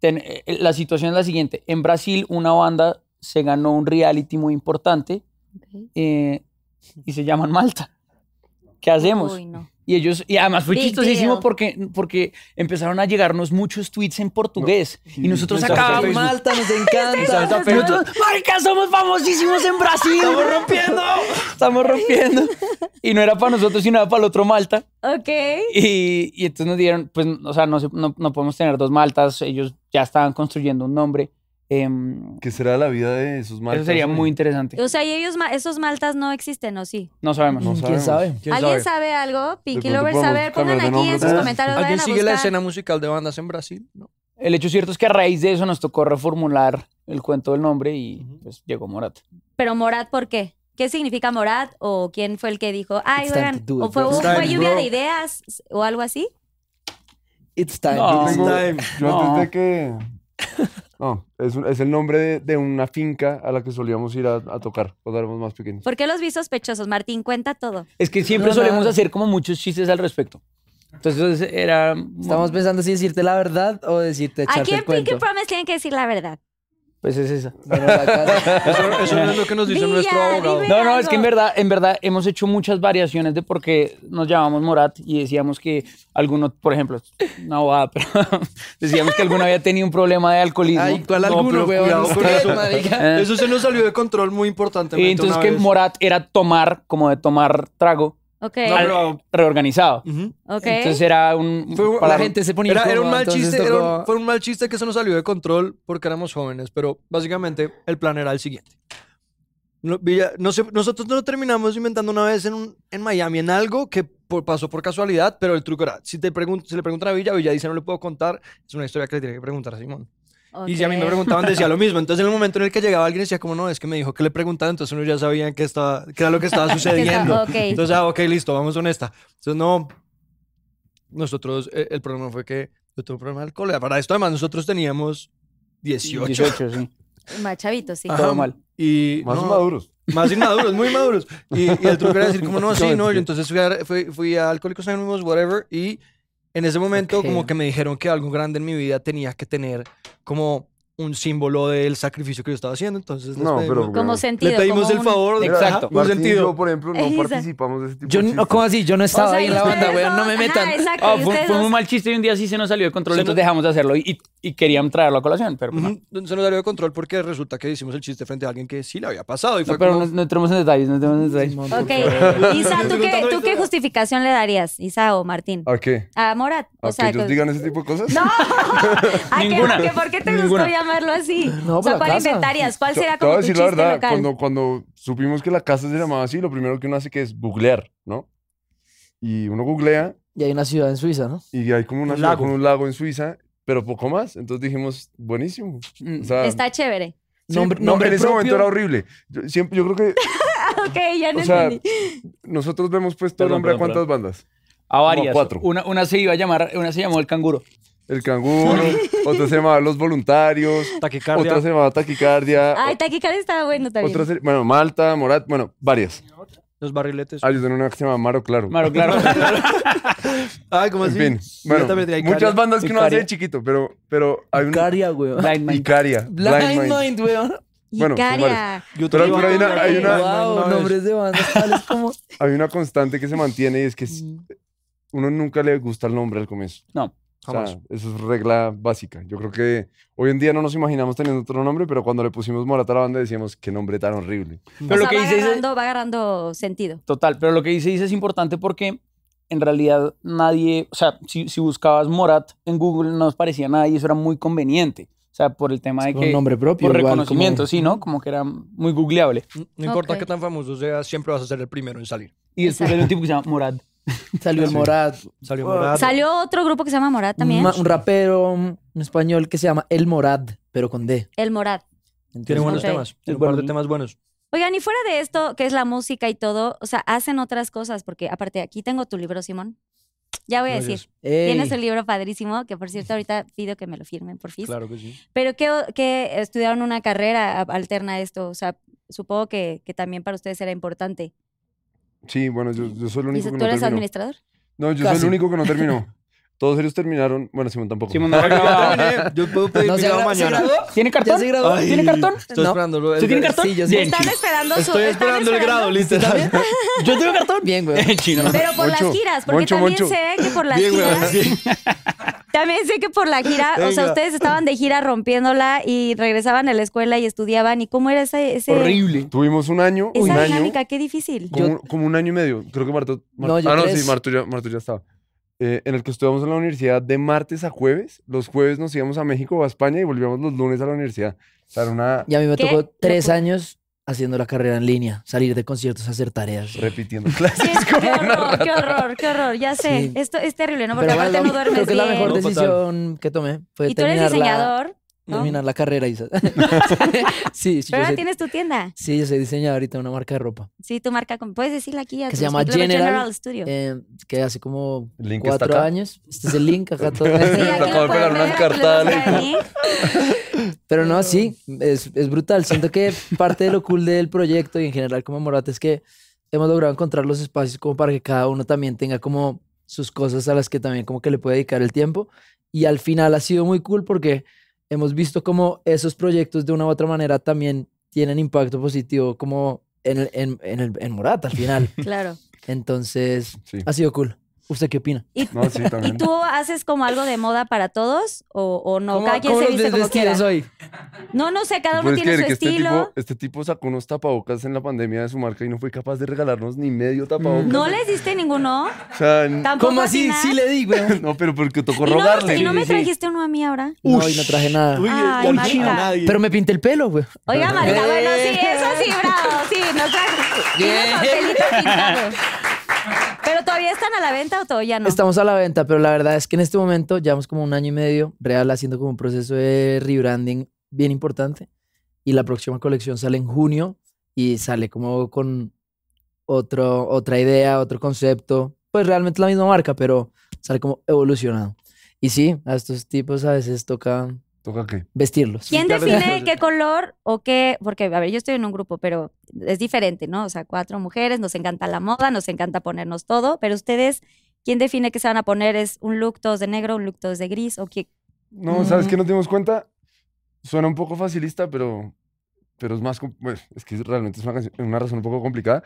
Speaker 3: ten- eh, la situación es la siguiente. En Brasil una banda se ganó un reality muy importante
Speaker 2: Ok.
Speaker 3: eh, y se llaman Malta. ¿Qué hacemos?
Speaker 2: Uy, no.
Speaker 3: Y ellos, y además fue
Speaker 2: Big
Speaker 3: chistosísimo
Speaker 2: deal.
Speaker 3: porque, porque empezaron a llegarnos muchos tweets en portugués. Y nosotros
Speaker 4: Mensajes de
Speaker 3: acabamos
Speaker 4: Facebook.
Speaker 5: Ah, Malta,
Speaker 2: <laughs>
Speaker 5: nos encanta.
Speaker 3: Santa Fe. Nosotros, marica, somos famosísimos en Brasil. Estamos rompiendo. Estamos rompiendo. Y no era para nosotros, sino era para el otro Malta.
Speaker 2: Ok.
Speaker 3: Y, y entonces nos dieron, pues, o sea, no, se- no, no podemos tener dos Maltas. Ellos ya estaban construyendo un nombre. Em,
Speaker 4: ¿Qué será la vida de esos marcas?
Speaker 3: eso sería muy interesante.
Speaker 2: O sea, ¿y ellos, ma- esos maltas no existen o sí?
Speaker 3: No sabemos.
Speaker 4: No
Speaker 5: ¿Quién
Speaker 4: sabemos.
Speaker 5: sabe?
Speaker 6: ¿Quién
Speaker 2: ¿Alguien
Speaker 6: sabe?
Speaker 2: sabe algo? Pinky
Speaker 4: pronto
Speaker 2: Lovers, a
Speaker 4: podemos
Speaker 2: ver, pongan
Speaker 4: cambiar de
Speaker 2: aquí
Speaker 4: nombre
Speaker 2: en sus
Speaker 4: también.
Speaker 2: comentarios.
Speaker 6: ¿Alguien
Speaker 2: vayan a
Speaker 6: sigue la
Speaker 2: buscar.
Speaker 6: escena musical de bandas en Brasil? No.
Speaker 3: El hecho cierto es que a raíz de eso nos tocó reformular el cuento del nombre y pues llegó Morata.
Speaker 2: Pero Morat, ¿por qué? ¿Qué significa Morat? ¿O quién fue el que dijo, ay,
Speaker 5: It's time
Speaker 2: oigan,
Speaker 5: to do it,
Speaker 2: o fue,
Speaker 5: bro.
Speaker 2: o
Speaker 6: It's
Speaker 2: fue
Speaker 6: time,
Speaker 2: lluvia
Speaker 6: bro.
Speaker 2: de ideas o algo así?
Speaker 5: It's time.
Speaker 3: No.
Speaker 4: Yo, tengo- yo
Speaker 3: No.
Speaker 4: antes de que... No, es, un- es el nombre de, de una finca a la que solíamos ir a, a tocar cuando éramos más pequeños.
Speaker 2: ¿Por qué los vi sospechosos? Martín, cuenta todo.
Speaker 3: Es que siempre
Speaker 5: No,
Speaker 3: solemos
Speaker 5: nada.
Speaker 3: hacer como muchos chistes al respecto. Entonces era...
Speaker 5: Estamos pensando si decirte la verdad o decirte
Speaker 2: Aquí
Speaker 5: echarte
Speaker 2: en
Speaker 5: el
Speaker 2: Pinky
Speaker 5: cuento.
Speaker 2: Promise tienen que decir la verdad.
Speaker 3: Pues es esa.
Speaker 5: Bueno, la
Speaker 6: <laughs>
Speaker 5: casa.
Speaker 6: Eso, eso no es lo que nos dice
Speaker 2: Villa,
Speaker 6: nuestro abogado.
Speaker 2: dime.
Speaker 3: No, no, es que en
Speaker 2: algo.
Speaker 3: verdad, en verdad hemos hecho muchas variaciones de por qué nos llamamos Morat y decíamos que alguno, por ejemplo, no va, <laughs> pero decíamos que alguno había tenido un problema de alcoholismo.
Speaker 5: Ay, ¿cuál
Speaker 6: No,
Speaker 5: alguno,
Speaker 6: pero
Speaker 5: weón?
Speaker 6: cuidado con
Speaker 5: Usted,
Speaker 6: eso.
Speaker 5: marica.
Speaker 3: Eh,
Speaker 6: Eso se nos salió de control muy importante.
Speaker 3: y entonces que Morat era tomar, como de tomar trago,
Speaker 2: Ok,
Speaker 3: al- reorganizado.
Speaker 2: ok.
Speaker 3: Entonces era un...
Speaker 6: Fue un-
Speaker 3: para-
Speaker 5: La gente se ponía
Speaker 6: Era, era un
Speaker 5: incómoda,
Speaker 6: mal
Speaker 5: entonces
Speaker 6: chiste,
Speaker 5: tocó-
Speaker 6: era un- fue un mal chiste que se nos salió de control porque éramos jóvenes, pero básicamente el plan era el siguiente. No- Villa- no sé, nosotros no lo terminamos inventando una vez en, un- en Miami, en algo que por- pasó por casualidad, pero el truco era, si, te pregun- si le preguntan a Villa, Villa dice no le puedo contar, es una historia que le tiene que preguntar a Simón. Y si a mí me
Speaker 2: ok.
Speaker 6: preguntaban, decía lo mismo. Entonces, en el momento en el que llegaba alguien decía, como no, es que me dijo que le preguntaban, entonces uno ya sabía que, estaba, que era lo
Speaker 2: <laughs>
Speaker 6: que estaba sucediendo.
Speaker 2: ok.
Speaker 6: Entonces, ah, ok, listo, vamos con esta. Entonces, no. Nosotros, eh, el problema fue que yo tuve un problema de alcohol. Para esto, además, nosotros teníamos 18.
Speaker 3: 18, sí.
Speaker 2: Más chavitos, sí.
Speaker 6: Ajá.
Speaker 3: Todo mal.
Speaker 6: Y,
Speaker 4: Más
Speaker 6: no,
Speaker 4: maduros.
Speaker 6: Más inmaduros, muy inmaduros. Y, y el truco era decir, como no, sí, no. Yo entonces fui a, fui, fui a Alcohólicos Anónimos, whatever, y en ese momento,
Speaker 5: Ok.
Speaker 6: como que me dijeron que algo grande en mi vida tenía que tener como un símbolo del sacrificio que yo estaba haciendo. Entonces, les
Speaker 4: No,
Speaker 6: pedimos-
Speaker 4: pero-
Speaker 2: Como
Speaker 4: Le
Speaker 2: sentido.
Speaker 6: le pedimos
Speaker 2: como
Speaker 6: el
Speaker 2: un-
Speaker 6: favor de
Speaker 3: Exacto.
Speaker 6: un
Speaker 4: Martín y
Speaker 6: sentido.
Speaker 4: yo, por ejemplo, no
Speaker 2: Esa.
Speaker 4: participamos de ese tipo
Speaker 5: Yo,
Speaker 4: de
Speaker 5: no-
Speaker 4: chistes.
Speaker 5: ¿Cómo así? Yo no
Speaker 2: O sea,
Speaker 5: estaba ahí
Speaker 2: y
Speaker 5: en la banda,
Speaker 2: ustedes
Speaker 5: weón. No
Speaker 2: dos-
Speaker 5: me
Speaker 2: ajá,
Speaker 5: metan.
Speaker 2: exacto,
Speaker 3: Ah,
Speaker 2: y
Speaker 3: fue,
Speaker 2: ustedes
Speaker 3: fue muy
Speaker 2: dos-
Speaker 3: mal chiste y un día sí se nos salió de control,
Speaker 6: Se
Speaker 3: entonces
Speaker 6: nos-
Speaker 3: dejamos de hacerlo y, y- y querían traerlo a colación, pero... pues, no.
Speaker 6: Ujú, Se nos salió de control porque resulta que hicimos el chiste frente a alguien que sí le había pasado. Y fue
Speaker 3: No, pero
Speaker 6: como,
Speaker 3: no, no entremos en detalles, no entremos en detalles.
Speaker 2: Ok. Isa, ¿tú qué,
Speaker 6: Estoy contando
Speaker 2: ¿tú qué
Speaker 6: historia.
Speaker 2: justificación le darías, Isa o Martín?
Speaker 4: ¿A qué?
Speaker 2: A Morat.
Speaker 4: ¿A
Speaker 2: O sea,
Speaker 4: que ellos
Speaker 2: que-
Speaker 4: digan ese tipo de cosas?
Speaker 2: No, ¿A qué,
Speaker 3: Ninguna.
Speaker 2: ¿A qué? ¿Por qué te
Speaker 3: Ninguna.
Speaker 2: gustó llamarlo así?
Speaker 5: No,
Speaker 2: o sea,
Speaker 5: por la
Speaker 2: ¿cuál
Speaker 5: casa.
Speaker 2: inventarías? ¿Cuál
Speaker 4: Te-
Speaker 2: será
Speaker 4: te voy
Speaker 2: como
Speaker 4: a
Speaker 2: tu
Speaker 4: decir
Speaker 2: chiste
Speaker 4: la verdad,
Speaker 2: local?
Speaker 4: Cuando, cuando supimos que la casa se llamaba así, lo primero que uno hace que es googlear, ¿no? Y uno googlea
Speaker 5: Y hay una ciudad en Suiza, ¿no?
Speaker 4: y hay como una
Speaker 6: Un
Speaker 4: ciudad
Speaker 6: lago.
Speaker 4: con un lago en Suiza, pero poco más. Entonces dijimos, buenísimo.
Speaker 3: Mm.
Speaker 4: O sea,
Speaker 2: Está chévere.
Speaker 4: sí,
Speaker 5: nombre-
Speaker 4: no,
Speaker 5: nombre
Speaker 4: en ese momento
Speaker 5: propio.
Speaker 4: era horrible. Yo, siempre, yo creo que
Speaker 2: Ok, ya no
Speaker 4: O sea,
Speaker 2: entendí.
Speaker 4: nosotros le hemos puesto
Speaker 3: Perdón,
Speaker 4: nombre a
Speaker 3: perdón,
Speaker 4: cuántas bandas.
Speaker 3: A varias.
Speaker 4: cuatro.
Speaker 3: Una, una se iba a llamar, una se llamó el canguro.
Speaker 2: <laughs>
Speaker 4: El canguro, otra se llamaba Los Voluntarios,
Speaker 6: taquicardia.
Speaker 4: otra se llamaba Taquicardia,
Speaker 2: Ay, Taquicardia estaba bueno
Speaker 4: o-
Speaker 2: también.
Speaker 4: otra se- bueno, Malta, Morat, bueno, varias.
Speaker 6: Los barriletes.
Speaker 4: Ah, yo tengo una que se llama Maro Claro.
Speaker 3: Claro,
Speaker 6: <laughs>
Speaker 3: claro.
Speaker 6: Ay, ¿cómo
Speaker 4: En
Speaker 6: así?
Speaker 4: fin,
Speaker 6: Yo
Speaker 4: bueno,
Speaker 6: también tenía
Speaker 4: muchas
Speaker 6: Icaria.
Speaker 4: bandas que uno hace
Speaker 3: Icaria.
Speaker 4: de chiquito, pero, pero hay una...
Speaker 5: Caria, weón.
Speaker 3: Blind Mind.
Speaker 4: Icaria, Blind
Speaker 5: <laughs> Blind
Speaker 4: Mind.
Speaker 5: Mind, weón.
Speaker 4: Bueno, son
Speaker 2: Icaria.
Speaker 4: Pero- pero hay una- hay una-
Speaker 5: wow, nombres de bandas tales como...
Speaker 4: Hay una constante que se mantiene y es que s- uno nunca le gusta el nombre al comienzo.
Speaker 3: No,
Speaker 4: O sea, eso es regla básica. Yo creo que hoy en día no nos imaginamos teniendo otro nombre, pero cuando le pusimos Morata a la banda decíamos, qué nombre tan horrible.
Speaker 2: O
Speaker 3: Pero
Speaker 2: sea,
Speaker 3: lo que
Speaker 2: va,
Speaker 3: dices es,
Speaker 2: agarrando, va agarrando sentido.
Speaker 3: Total, pero lo que dice dice es importante porque en realidad nadie, o sea, si, si buscabas Morat en Google no nos parecía nada y eso era muy conveniente. O sea, por el tema de
Speaker 5: Con
Speaker 3: que...
Speaker 5: nombre propio.
Speaker 3: por
Speaker 5: igual, como-
Speaker 3: reconocimiento, sí, ¿no? Como que era muy googleable.
Speaker 6: No importa
Speaker 2: Ok.
Speaker 6: qué tan famoso seas, siempre vas a ser el primero en salir.
Speaker 3: Y después
Speaker 2: Exacto.
Speaker 3: hay un tipo que se llama Morat.
Speaker 5: Salió el Morat.
Speaker 6: Salió
Speaker 5: Wow.
Speaker 6: Morat.
Speaker 2: Salió otro grupo que se llama Morat también.
Speaker 5: ma- Un rapero, un español que se llama El Morat, pero con D.
Speaker 2: el Morat.
Speaker 6: Tiene
Speaker 5: Entonces,
Speaker 6: buenos
Speaker 2: Ok.
Speaker 6: temas. Tiene un
Speaker 3: bueno.
Speaker 6: par de temas buenos.
Speaker 2: Oigan, y fuera de esto, que es la música y todo, o sea, hacen otras cosas, porque aparte, aquí tengo tu libro, Simón. Ya voy a decir,
Speaker 6: Gracias.
Speaker 5: ey,
Speaker 2: tienes el libro padrísimo, que por cierto ahorita pido que me lo firmen, por fin.
Speaker 6: Claro que sí.
Speaker 2: Pero que, que estudiaron una carrera a- alterna a esto, o sea, supongo que, que también para ustedes era importante.
Speaker 4: Sí, bueno, yo, yo soy el único
Speaker 2: Dice,
Speaker 4: que
Speaker 2: ¿tú
Speaker 4: no
Speaker 2: eres
Speaker 4: terminó.
Speaker 2: administrador?
Speaker 4: No, yo soy
Speaker 5: Casi.
Speaker 4: el único que no terminó. Todos ellos terminaron, bueno, Simón tampoco.
Speaker 3: Simón, no, no, <laughs> no.
Speaker 6: Yo puedo pedir
Speaker 5: No,
Speaker 6: mi
Speaker 5: se gra-
Speaker 6: grado
Speaker 5: se
Speaker 6: mañana.
Speaker 5: graduó.
Speaker 3: ¿Tiene
Speaker 5: ¿Ya
Speaker 3: cartón?
Speaker 5: se graduó?
Speaker 3: ¿Tiene cartón?
Speaker 6: Estoy
Speaker 5: No.
Speaker 6: esperando.
Speaker 3: ¿Sí tiene cartón?
Speaker 5: Sí, yo sí.
Speaker 2: <laughs>
Speaker 3: Bien,
Speaker 2: Están
Speaker 3: chino.
Speaker 2: esperando su...
Speaker 6: Estoy
Speaker 2: están
Speaker 6: esperando el grado, <laughs> literal.
Speaker 5: Yo tengo <laughs> cartón. Bien,
Speaker 2: <laughs>
Speaker 5: güey.
Speaker 3: El chino.
Speaker 2: Pero por
Speaker 4: Moncho,
Speaker 2: las giras, porque
Speaker 4: Moncho,
Speaker 2: también
Speaker 4: Moncho.
Speaker 2: sé que por las
Speaker 6: Bien,
Speaker 2: giras...
Speaker 6: güey. sí.
Speaker 2: También sé que por la gira, o sea,
Speaker 6: Venga.
Speaker 2: ustedes estaban de gira rompiéndola y regresaban a la escuela y estudiaban. ¿Y cómo era ese, ese-
Speaker 3: Horrible.
Speaker 4: Tuvimos un año, un
Speaker 2: esa
Speaker 4: año,
Speaker 2: dinámica? Qué difícil.
Speaker 4: como, un- como un año y medio. Creo que Marto... Mar-
Speaker 5: No, yo
Speaker 4: ah, no,
Speaker 5: tres.
Speaker 4: sí, Marto ya, Marto ya estaba. Eh, en el que estudiamos en la universidad de martes a jueves. Los jueves nos íbamos a México o a España y volvíamos los lunes a la universidad. O sea, era una...
Speaker 5: Y a mí me
Speaker 2: ¿Qué?
Speaker 5: tocó tres
Speaker 2: Locu-
Speaker 5: años haciendo la carrera en línea, salir de conciertos, hacer tareas.
Speaker 4: repitiendo clases.
Speaker 2: Sí, qué horror, qué horror, qué horror. Ya sé,
Speaker 5: Sí.
Speaker 2: esto es terrible, ¿no? Porque
Speaker 5: Pero
Speaker 2: aparte
Speaker 5: bueno,
Speaker 2: no duermes
Speaker 5: creo que
Speaker 2: bien.
Speaker 5: la mejor
Speaker 6: No, fatal.
Speaker 5: decisión que tomé fue
Speaker 2: y tú eres
Speaker 5: terminar, la,
Speaker 2: diseñador, ¿no?
Speaker 5: terminar la
Speaker 2: <laughs>
Speaker 5: carrera. y- sí, yo
Speaker 2: pero ahora
Speaker 5: soy,
Speaker 2: tienes tu tienda.
Speaker 5: sí, yo soy diseñador ahorita de una marca de ropa
Speaker 2: Sí, tu marca, con- puedes decirla aquí. A
Speaker 5: Que
Speaker 2: tus
Speaker 5: se llama
Speaker 2: Club
Speaker 5: General,
Speaker 2: Studio.
Speaker 5: eh, que hace como
Speaker 4: El link está
Speaker 5: cuatro
Speaker 4: acá.
Speaker 5: años. Este es el link
Speaker 4: <laughs>
Speaker 5: acá todo.
Speaker 2: Sí, aquí
Speaker 4: te
Speaker 2: lo
Speaker 4: acabo de
Speaker 2: pueden
Speaker 4: pegar
Speaker 2: ver,
Speaker 4: unas
Speaker 2: aquí lo
Speaker 4: cartadas,
Speaker 2: pueden ver.
Speaker 5: Pero no, sí, es, es brutal. Siento que parte de lo cool del proyecto y en general como Morata es que hemos logrado encontrar los espacios como para que cada uno también tenga como sus cosas a las que también como que le puede dedicar el tiempo. Y al final ha sido muy cool porque hemos visto como esos proyectos de una u otra manera también tienen impacto positivo como en, el- en, en el- en Morata al <laughs> final.
Speaker 2: Claro.
Speaker 5: Entonces,
Speaker 4: Sí.
Speaker 5: ha sido cool. ¿Usted qué opina?
Speaker 4: No, sí, también.
Speaker 2: ¿Y tú haces como algo de moda para todos o, o no? Cada quien se
Speaker 5: los
Speaker 2: viste como quiera.
Speaker 5: desvestidos hoy?
Speaker 2: No, no sé, cada uno
Speaker 4: Pues es
Speaker 2: tiene su
Speaker 4: que este
Speaker 2: estilo.
Speaker 4: tipo, este tipo sacó unos tapabocas en la pandemia de su marca y no fue capaz de regalarnos ni medio tapabocas.
Speaker 2: ¿No les diste ninguno?
Speaker 4: O sea, n-
Speaker 2: Tampoco
Speaker 5: ¿Cómo
Speaker 2: a ti
Speaker 5: así?
Speaker 2: nada.
Speaker 5: Sí le di, güey.
Speaker 4: <laughs>
Speaker 5: <laughs>
Speaker 4: no, pero porque tocó
Speaker 2: ¿Y no,
Speaker 4: rogarle.
Speaker 2: y no me
Speaker 3: sí, sí.
Speaker 2: trajiste uno a mí ahora?
Speaker 5: No, y no traje nada.
Speaker 2: Ay, marica.
Speaker 5: Pero me pinté el pelo, güey.
Speaker 2: Oiga, marica,
Speaker 5: Eh.
Speaker 2: bueno, sí, eso sí, bravo. Sí, nos trajo. Tiene papelito pintado. ¿Pero todavía están a la venta o todavía no?
Speaker 5: Estamos a la venta, pero la verdad es que en este momento llevamos como un año y medio real haciendo como un proceso de rebranding bien importante. Y la próxima colección sale en junio y sale como con otro, otra idea, otro concepto. Pues realmente la misma marca, pero sale como evolucionado. Y sí, a estos tipos a veces toca
Speaker 4: ¿Toca qué?
Speaker 5: vestirlos.
Speaker 2: ¿Quién
Speaker 6: claro,
Speaker 2: define
Speaker 6: claro.
Speaker 2: qué color o qué? Porque, a ver, yo estoy en un grupo, pero es diferente, ¿no? O sea, cuatro mujeres, nos encanta la moda, nos encanta ponernos todo, pero ustedes, ¿quién define qué se van a poner? ¿Es un look todos de negro, un look todos de gris o qué?
Speaker 4: No, ¿sabes
Speaker 2: Mm.
Speaker 4: qué nos dimos cuenta? Suena un poco facilista, pero, pero es más... com- Bueno, es que realmente es una, canción- una razón un poco complicada.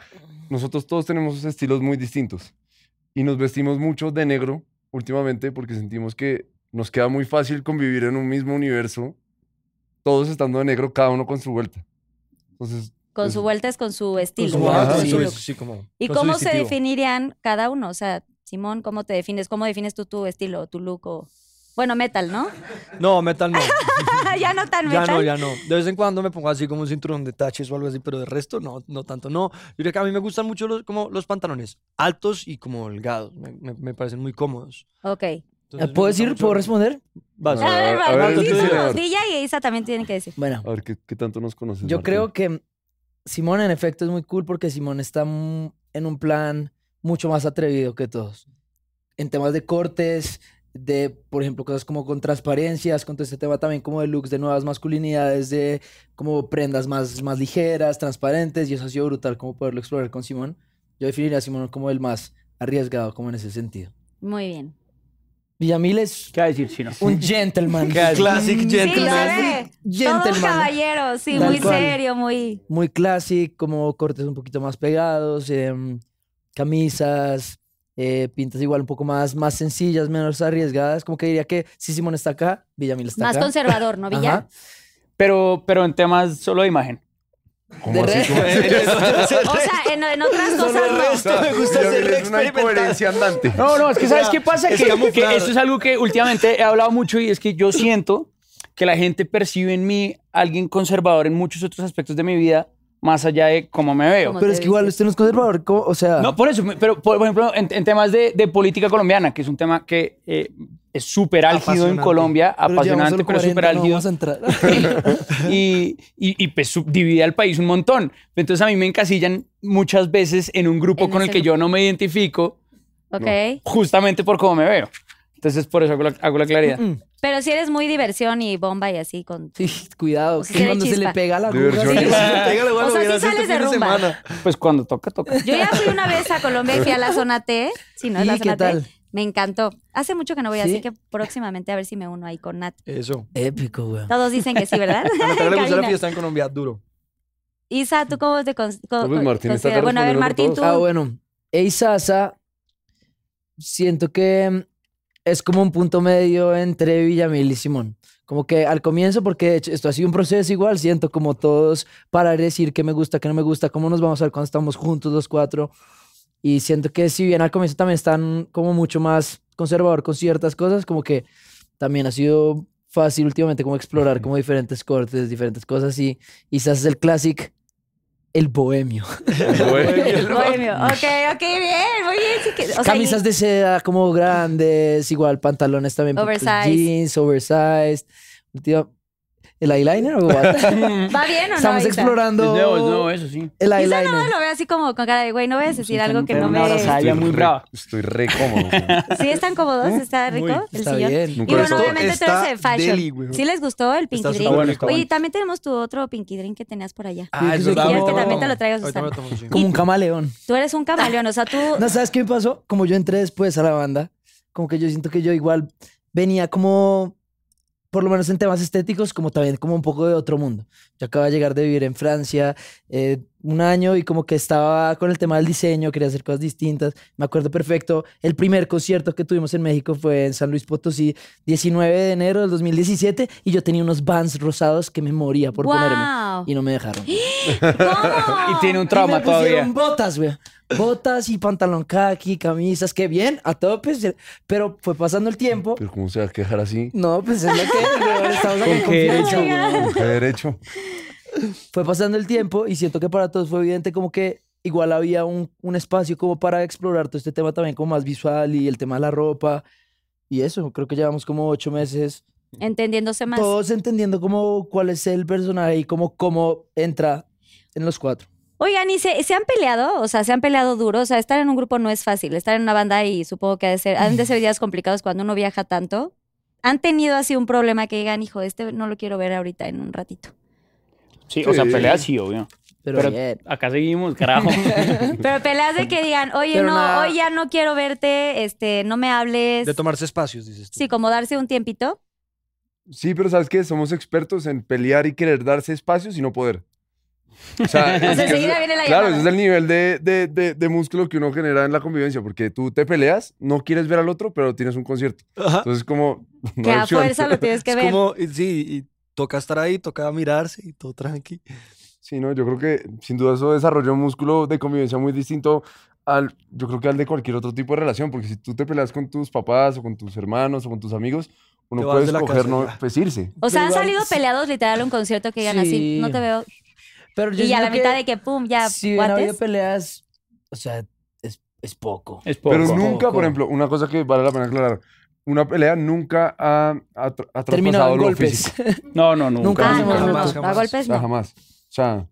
Speaker 4: Nosotros todos tenemos estilos muy distintos y nos vestimos mucho de negro últimamente porque sentimos que nos queda muy fácil convivir en un mismo universo, todos estando de negro, cada uno con su vuelta. Entonces,
Speaker 2: Con
Speaker 4: Pues-
Speaker 2: su vuelta es con su estilo.
Speaker 4: su-
Speaker 2: ¿no?
Speaker 4: ajá,
Speaker 2: Con
Speaker 4: sí.
Speaker 2: su
Speaker 4: su-
Speaker 2: look. ¿Y cómo se definirían cada uno? O sea, Simón, ¿cómo te defines? ¿Cómo defines tú tu estilo, tu look o... Bueno, metal, ¿no? <laughs>
Speaker 6: No, metal no.
Speaker 2: ya no tan
Speaker 6: Ya
Speaker 2: metal.
Speaker 6: no, ya no. De vez en cuando me pongo así como un cinturón de taches o algo así, pero de resto no, no tanto. No, yo creo que a mí me gustan mucho los, como los pantalones altos y como holgados. Me, me- me parecen muy cómodos.
Speaker 2: Ok.
Speaker 6: Entonces, me
Speaker 5: ¿Puedo
Speaker 6: gusta
Speaker 5: decir?
Speaker 6: mucho-
Speaker 5: ¿Puedo responder?
Speaker 6: Vas.
Speaker 4: A
Speaker 2: A ver,
Speaker 4: ver, a
Speaker 2: Marco,
Speaker 6: ver,
Speaker 2: tú,
Speaker 6: sí,
Speaker 4: señor.
Speaker 2: Villa y Isa también tienen que decir.
Speaker 5: Bueno.
Speaker 4: a ver, ¿qué, qué tanto nos conoces?
Speaker 5: Yo
Speaker 4: Martín?
Speaker 5: creo que Simón en efecto es muy cool porque Simón está mu- en un plan mucho más atrevido que todos. En temas de cortes, de, por ejemplo, cosas como con transparencias, con todo este tema también como de looks de nuevas masculinidades, de como prendas más, más ligeras, transparentes, y eso ha sido brutal como poderlo explorar con Simón. Yo definiría a Simón como el más arriesgado, como en ese sentido.
Speaker 2: Muy bien.
Speaker 5: Villamil es
Speaker 3: ¿Qué va a decir Chino?
Speaker 5: un gentleman.
Speaker 6: Classic
Speaker 2: Mm, Sí,
Speaker 6: gentleman.
Speaker 2: sabe.
Speaker 5: Gentleman.
Speaker 2: Todo un caballero, sí,
Speaker 5: Tal
Speaker 2: muy
Speaker 5: cual.
Speaker 2: serio, muy...
Speaker 5: muy clásico, como cortes un poquito más pegados, em, camisas, eh, pintas igual un poco más, más sencillas, menos arriesgadas. Como que diría que si Simón está acá, Villamil está
Speaker 2: Más
Speaker 5: acá.
Speaker 2: conservador, ¿no, Villa?
Speaker 5: Ajá.
Speaker 3: Pero, pero en temas solo de imagen.
Speaker 5: De
Speaker 4: ¿Cómo así?
Speaker 5: re-
Speaker 4: ¿Cómo
Speaker 5: <laughs>
Speaker 4: así?
Speaker 2: O sea, en, en otras cosas no.
Speaker 6: me gusta
Speaker 4: Yo creo
Speaker 6: ser
Speaker 4: que Es una
Speaker 6: experimental.
Speaker 4: incoherencia andante.
Speaker 3: No, no, es que
Speaker 6: O sea,
Speaker 3: ¿sabes qué pasa?
Speaker 6: es
Speaker 3: Que,
Speaker 6: camuflar.
Speaker 3: que esto es algo que últimamente he hablado mucho y es que yo siento que la gente percibe en mí alguien conservador en muchos otros aspectos de mi vida, más allá de cómo me veo.
Speaker 2: Como
Speaker 5: Pero es que igual usted no es conservador, ¿cómo? o sea,
Speaker 3: No, por eso, pero por por ejemplo, en, en temas de, de política colombiana, que es un tema que eh, es súper álgido en
Speaker 6: Apasionante.
Speaker 3: Colombia,
Speaker 5: pero llevamos
Speaker 3: apasionante,
Speaker 5: solo 40,
Speaker 3: pero súper
Speaker 5: no
Speaker 3: álgido.
Speaker 5: vamos a entrar. <laughs>
Speaker 3: y, y, y, pues sub- divide al país un montón. Entonces a mí me encasillan muchas veces en un grupo
Speaker 2: En
Speaker 3: con el
Speaker 2: ese
Speaker 3: que
Speaker 2: grupo.
Speaker 3: yo no me identifico
Speaker 2: Ok.
Speaker 3: justamente por cómo me veo. Entonces por eso hago la, hago la claridad.
Speaker 2: Pero si eres muy diversión y bomba y así con...
Speaker 5: Sí, cuidado,
Speaker 2: O sea,
Speaker 5: que
Speaker 2: tiene
Speaker 5: cuando se le
Speaker 2: chispa.
Speaker 5: pega la
Speaker 4: Diversión.
Speaker 5: aguja, sí.
Speaker 6: Pégale, bueno,
Speaker 2: O sea, sí
Speaker 6: hubiera sido
Speaker 2: sales
Speaker 6: este
Speaker 2: de
Speaker 6: fin
Speaker 2: rumba.
Speaker 6: semana.
Speaker 3: Pues cuando toca, toca.
Speaker 2: Yo ya fui una vez a Colombia y fui a la zona T. Sí, ¿no? Es la
Speaker 5: ¿Y qué
Speaker 2: zona T.
Speaker 5: tal?
Speaker 2: Me encantó. Hace mucho que no voy,
Speaker 5: ¿Sí?
Speaker 2: así que próximamente a ver si me uno ahí con Nat.
Speaker 6: Eso.
Speaker 5: Épico, güey.
Speaker 2: Todos dicen que sí,
Speaker 5: <laughs>
Speaker 2: ¿verdad?
Speaker 6: A Natalia le gusta la
Speaker 2: Cabina.
Speaker 6: fiesta en Colombia duro.
Speaker 2: Isa, ¿tú cómo te cons- co-
Speaker 4: No, pues,
Speaker 2: co-
Speaker 4: Martín está
Speaker 2: consideras?
Speaker 4: acá
Speaker 2: Bueno, a ver, Martín,
Speaker 4: respondiendo
Speaker 2: tú.
Speaker 5: Ah, bueno. Ey Sasa, siento que mm, es como un punto medio entre Villamil y Simón. Como que al comienzo, porque de hecho esto ha sido un proceso igual, siento como todos parar y decir qué me gusta, qué no me gusta, cómo nos vamos a ver cuando estamos juntos los cuatro. Y siento que si bien al comienzo también están como mucho más conservador con ciertas cosas, como que también ha sido fácil últimamente como explorar como diferentes cortes, diferentes cosas y quizás es el clásico, el bohemio.
Speaker 2: El <laughs> bohemio. Ok, ok, bien, muy bien. sí que- o sea,
Speaker 5: Camisas
Speaker 2: y-
Speaker 5: de seda como grandes, igual pantalones también. poquitos
Speaker 2: Oversized.
Speaker 5: Jeans, oversized. Última- ¿El eyeliner
Speaker 2: <laughs>
Speaker 5: o what?
Speaker 2: ¿Va bien o no?
Speaker 5: Estamos
Speaker 2: Isa?
Speaker 5: explorando
Speaker 3: Es nuevo, es nuevo, eh. eso sí.
Speaker 5: el
Speaker 2: Isa
Speaker 5: eyeliner.
Speaker 2: no lo veo así como con cara de, güey, no voy a decir algo que
Speaker 3: Pero
Speaker 2: no me...
Speaker 3: una abrazada ya muy
Speaker 4: re-
Speaker 3: brava.
Speaker 4: Estoy re cómodo. güey.
Speaker 2: <laughs> ¿Sí están cómodos? ¿Está rico el
Speaker 5: Está
Speaker 2: sillón?
Speaker 5: bien.
Speaker 4: Nunca
Speaker 2: Y
Speaker 4: lo
Speaker 2: bueno,
Speaker 4: Esto
Speaker 2: obviamente tú eres
Speaker 6: está
Speaker 2: de fashion.
Speaker 6: deli, güey.
Speaker 2: ¿Sí les gustó el Pinky
Speaker 6: Está
Speaker 2: Drink?
Speaker 6: súper bueno, está
Speaker 2: Oye,
Speaker 6: bueno.
Speaker 2: también tenemos tu otro Pinky Drink que tenías por allá.
Speaker 5: Ah, eso está
Speaker 2: Quiero
Speaker 5: bueno.
Speaker 2: que también te lo traigas,
Speaker 6: Ahorita me
Speaker 2: Susana.
Speaker 6: lo tomo, sí.
Speaker 5: Como un camaleón.
Speaker 2: Tú eres un camaleón, o sea, tú...
Speaker 5: ¿No sabes qué me pasó? Como yo entré después a la banda, como que yo siento que yo igual venía como, por lo menos en temas estéticos, como también como un poco de otro mundo. Yo acababa de llegar de vivir en Francia eh, un año y como que estaba con el tema del diseño, quería hacer cosas distintas. Me acuerdo perfecto, el primer concierto que tuvimos en México fue en San Luis Potosí, 19 de enero del 2017, y yo tenía unos Vans rosados que me moría por ponerme.
Speaker 2: ¡Wow!
Speaker 5: Y no me dejaron.
Speaker 2: ¿Cómo?
Speaker 3: <laughs> Y tiene un trauma
Speaker 5: Y me
Speaker 3: todavía.
Speaker 5: pusieron botas, güey. Botas y pantalón khaki, camisas, qué bien, a tope. Pero fue pasando el tiempo.
Speaker 4: Pero ¿cómo se va a quejar así?
Speaker 5: No, pues es lo que weón, estamos acá en
Speaker 3: qué
Speaker 5: confianza,
Speaker 2: derecho?
Speaker 5: weón.
Speaker 4: ¿Con qué derecho?
Speaker 5: Fue pasando el tiempo y siento que para todos fue evidente como que igual había un, un espacio como para explorar todo este tema también como más visual y el tema de la ropa y eso. Creo que llevamos como ocho meses
Speaker 2: Entendiéndose más.
Speaker 5: todos entendiendo como cuál es el personaje y como cómo entra en los cuatro.
Speaker 2: Oigan, ¿y se, se han peleado? O sea, se han peleado duro. O sea, estar en un grupo no es fácil. Estar en una banda y supongo que ha de ser- han de ser días complicados cuando uno viaja tanto. ¿Han tenido así un problema que digan, hijo, este no lo quiero ver ahorita en un ratito?
Speaker 3: Sí, o sea,
Speaker 4: Sí.
Speaker 3: pelea sí, obvio.
Speaker 5: Pero,
Speaker 3: Pero
Speaker 5: bien.
Speaker 3: acá seguimos, carajo.
Speaker 2: Pero peleas de que digan, oye,
Speaker 5: Pero
Speaker 2: no,
Speaker 5: nada-
Speaker 2: hoy ya no quiero verte, este, no me hables.
Speaker 6: De tomarse espacios, dices tú.
Speaker 2: Sí, como darse un tiempito.
Speaker 4: Sí, pero ¿sabes qué? Somos expertos en pelear y querer darse espacios y no poder. O sea, es que
Speaker 2: enseguida
Speaker 4: ese-
Speaker 2: viene la
Speaker 4: Claro,
Speaker 2: llamada.
Speaker 4: ese es el nivel de, de- de- de músculo que uno genera en la convivencia, porque tú te peleas, no quieres ver al otro, pero tienes un concierto.
Speaker 6: Ajá.
Speaker 4: Entonces, como. <laughs> no
Speaker 2: que
Speaker 4: hay
Speaker 2: a
Speaker 4: opción.
Speaker 2: fuerza lo tienes que
Speaker 6: Es
Speaker 2: ver.
Speaker 6: como, y- sí, y toca estar ahí, toca mirarse y todo tranqui.
Speaker 4: Sí, no, yo creo que sin duda eso desarrolla un músculo de convivencia muy distinto al, yo creo que al de cualquier otro tipo de relación, porque si tú te peleas con tus papás o con tus hermanos o con tus amigos, uno
Speaker 6: Te vas
Speaker 4: puede
Speaker 6: de la
Speaker 4: escoger
Speaker 6: casa
Speaker 4: no,
Speaker 6: ya.
Speaker 4: pues irse.
Speaker 2: O sea,
Speaker 5: Pero
Speaker 2: han
Speaker 5: igual-
Speaker 2: salido peleados literal a un concierto que digan así,
Speaker 5: Sí.
Speaker 2: no te veo.
Speaker 5: Pero yo
Speaker 2: Y a la
Speaker 5: siento que-
Speaker 2: mitad de que, pum, ya,
Speaker 5: si
Speaker 2: what
Speaker 5: hubiera habido
Speaker 2: is?
Speaker 5: peleas, o sea, es, es poco.
Speaker 3: Es poco.
Speaker 4: Pero nunca,
Speaker 5: Poco.
Speaker 4: por ejemplo, una cosa que vale la pena aclarar, una pelea nunca ha, ha, tra- ha
Speaker 5: Terminado
Speaker 4: traspasado
Speaker 5: en
Speaker 4: lo
Speaker 5: golpes.
Speaker 4: físico.
Speaker 3: No, no, nunca.
Speaker 5: Nunca
Speaker 2: Ah,
Speaker 5: se
Speaker 2: no, no,
Speaker 5: me
Speaker 2: no,
Speaker 6: jamás,
Speaker 2: a
Speaker 6: jamás.
Speaker 4: O
Speaker 2: golpes
Speaker 4: sea,
Speaker 2: no.
Speaker 4: jamás. O
Speaker 6: <laughs>
Speaker 4: sea,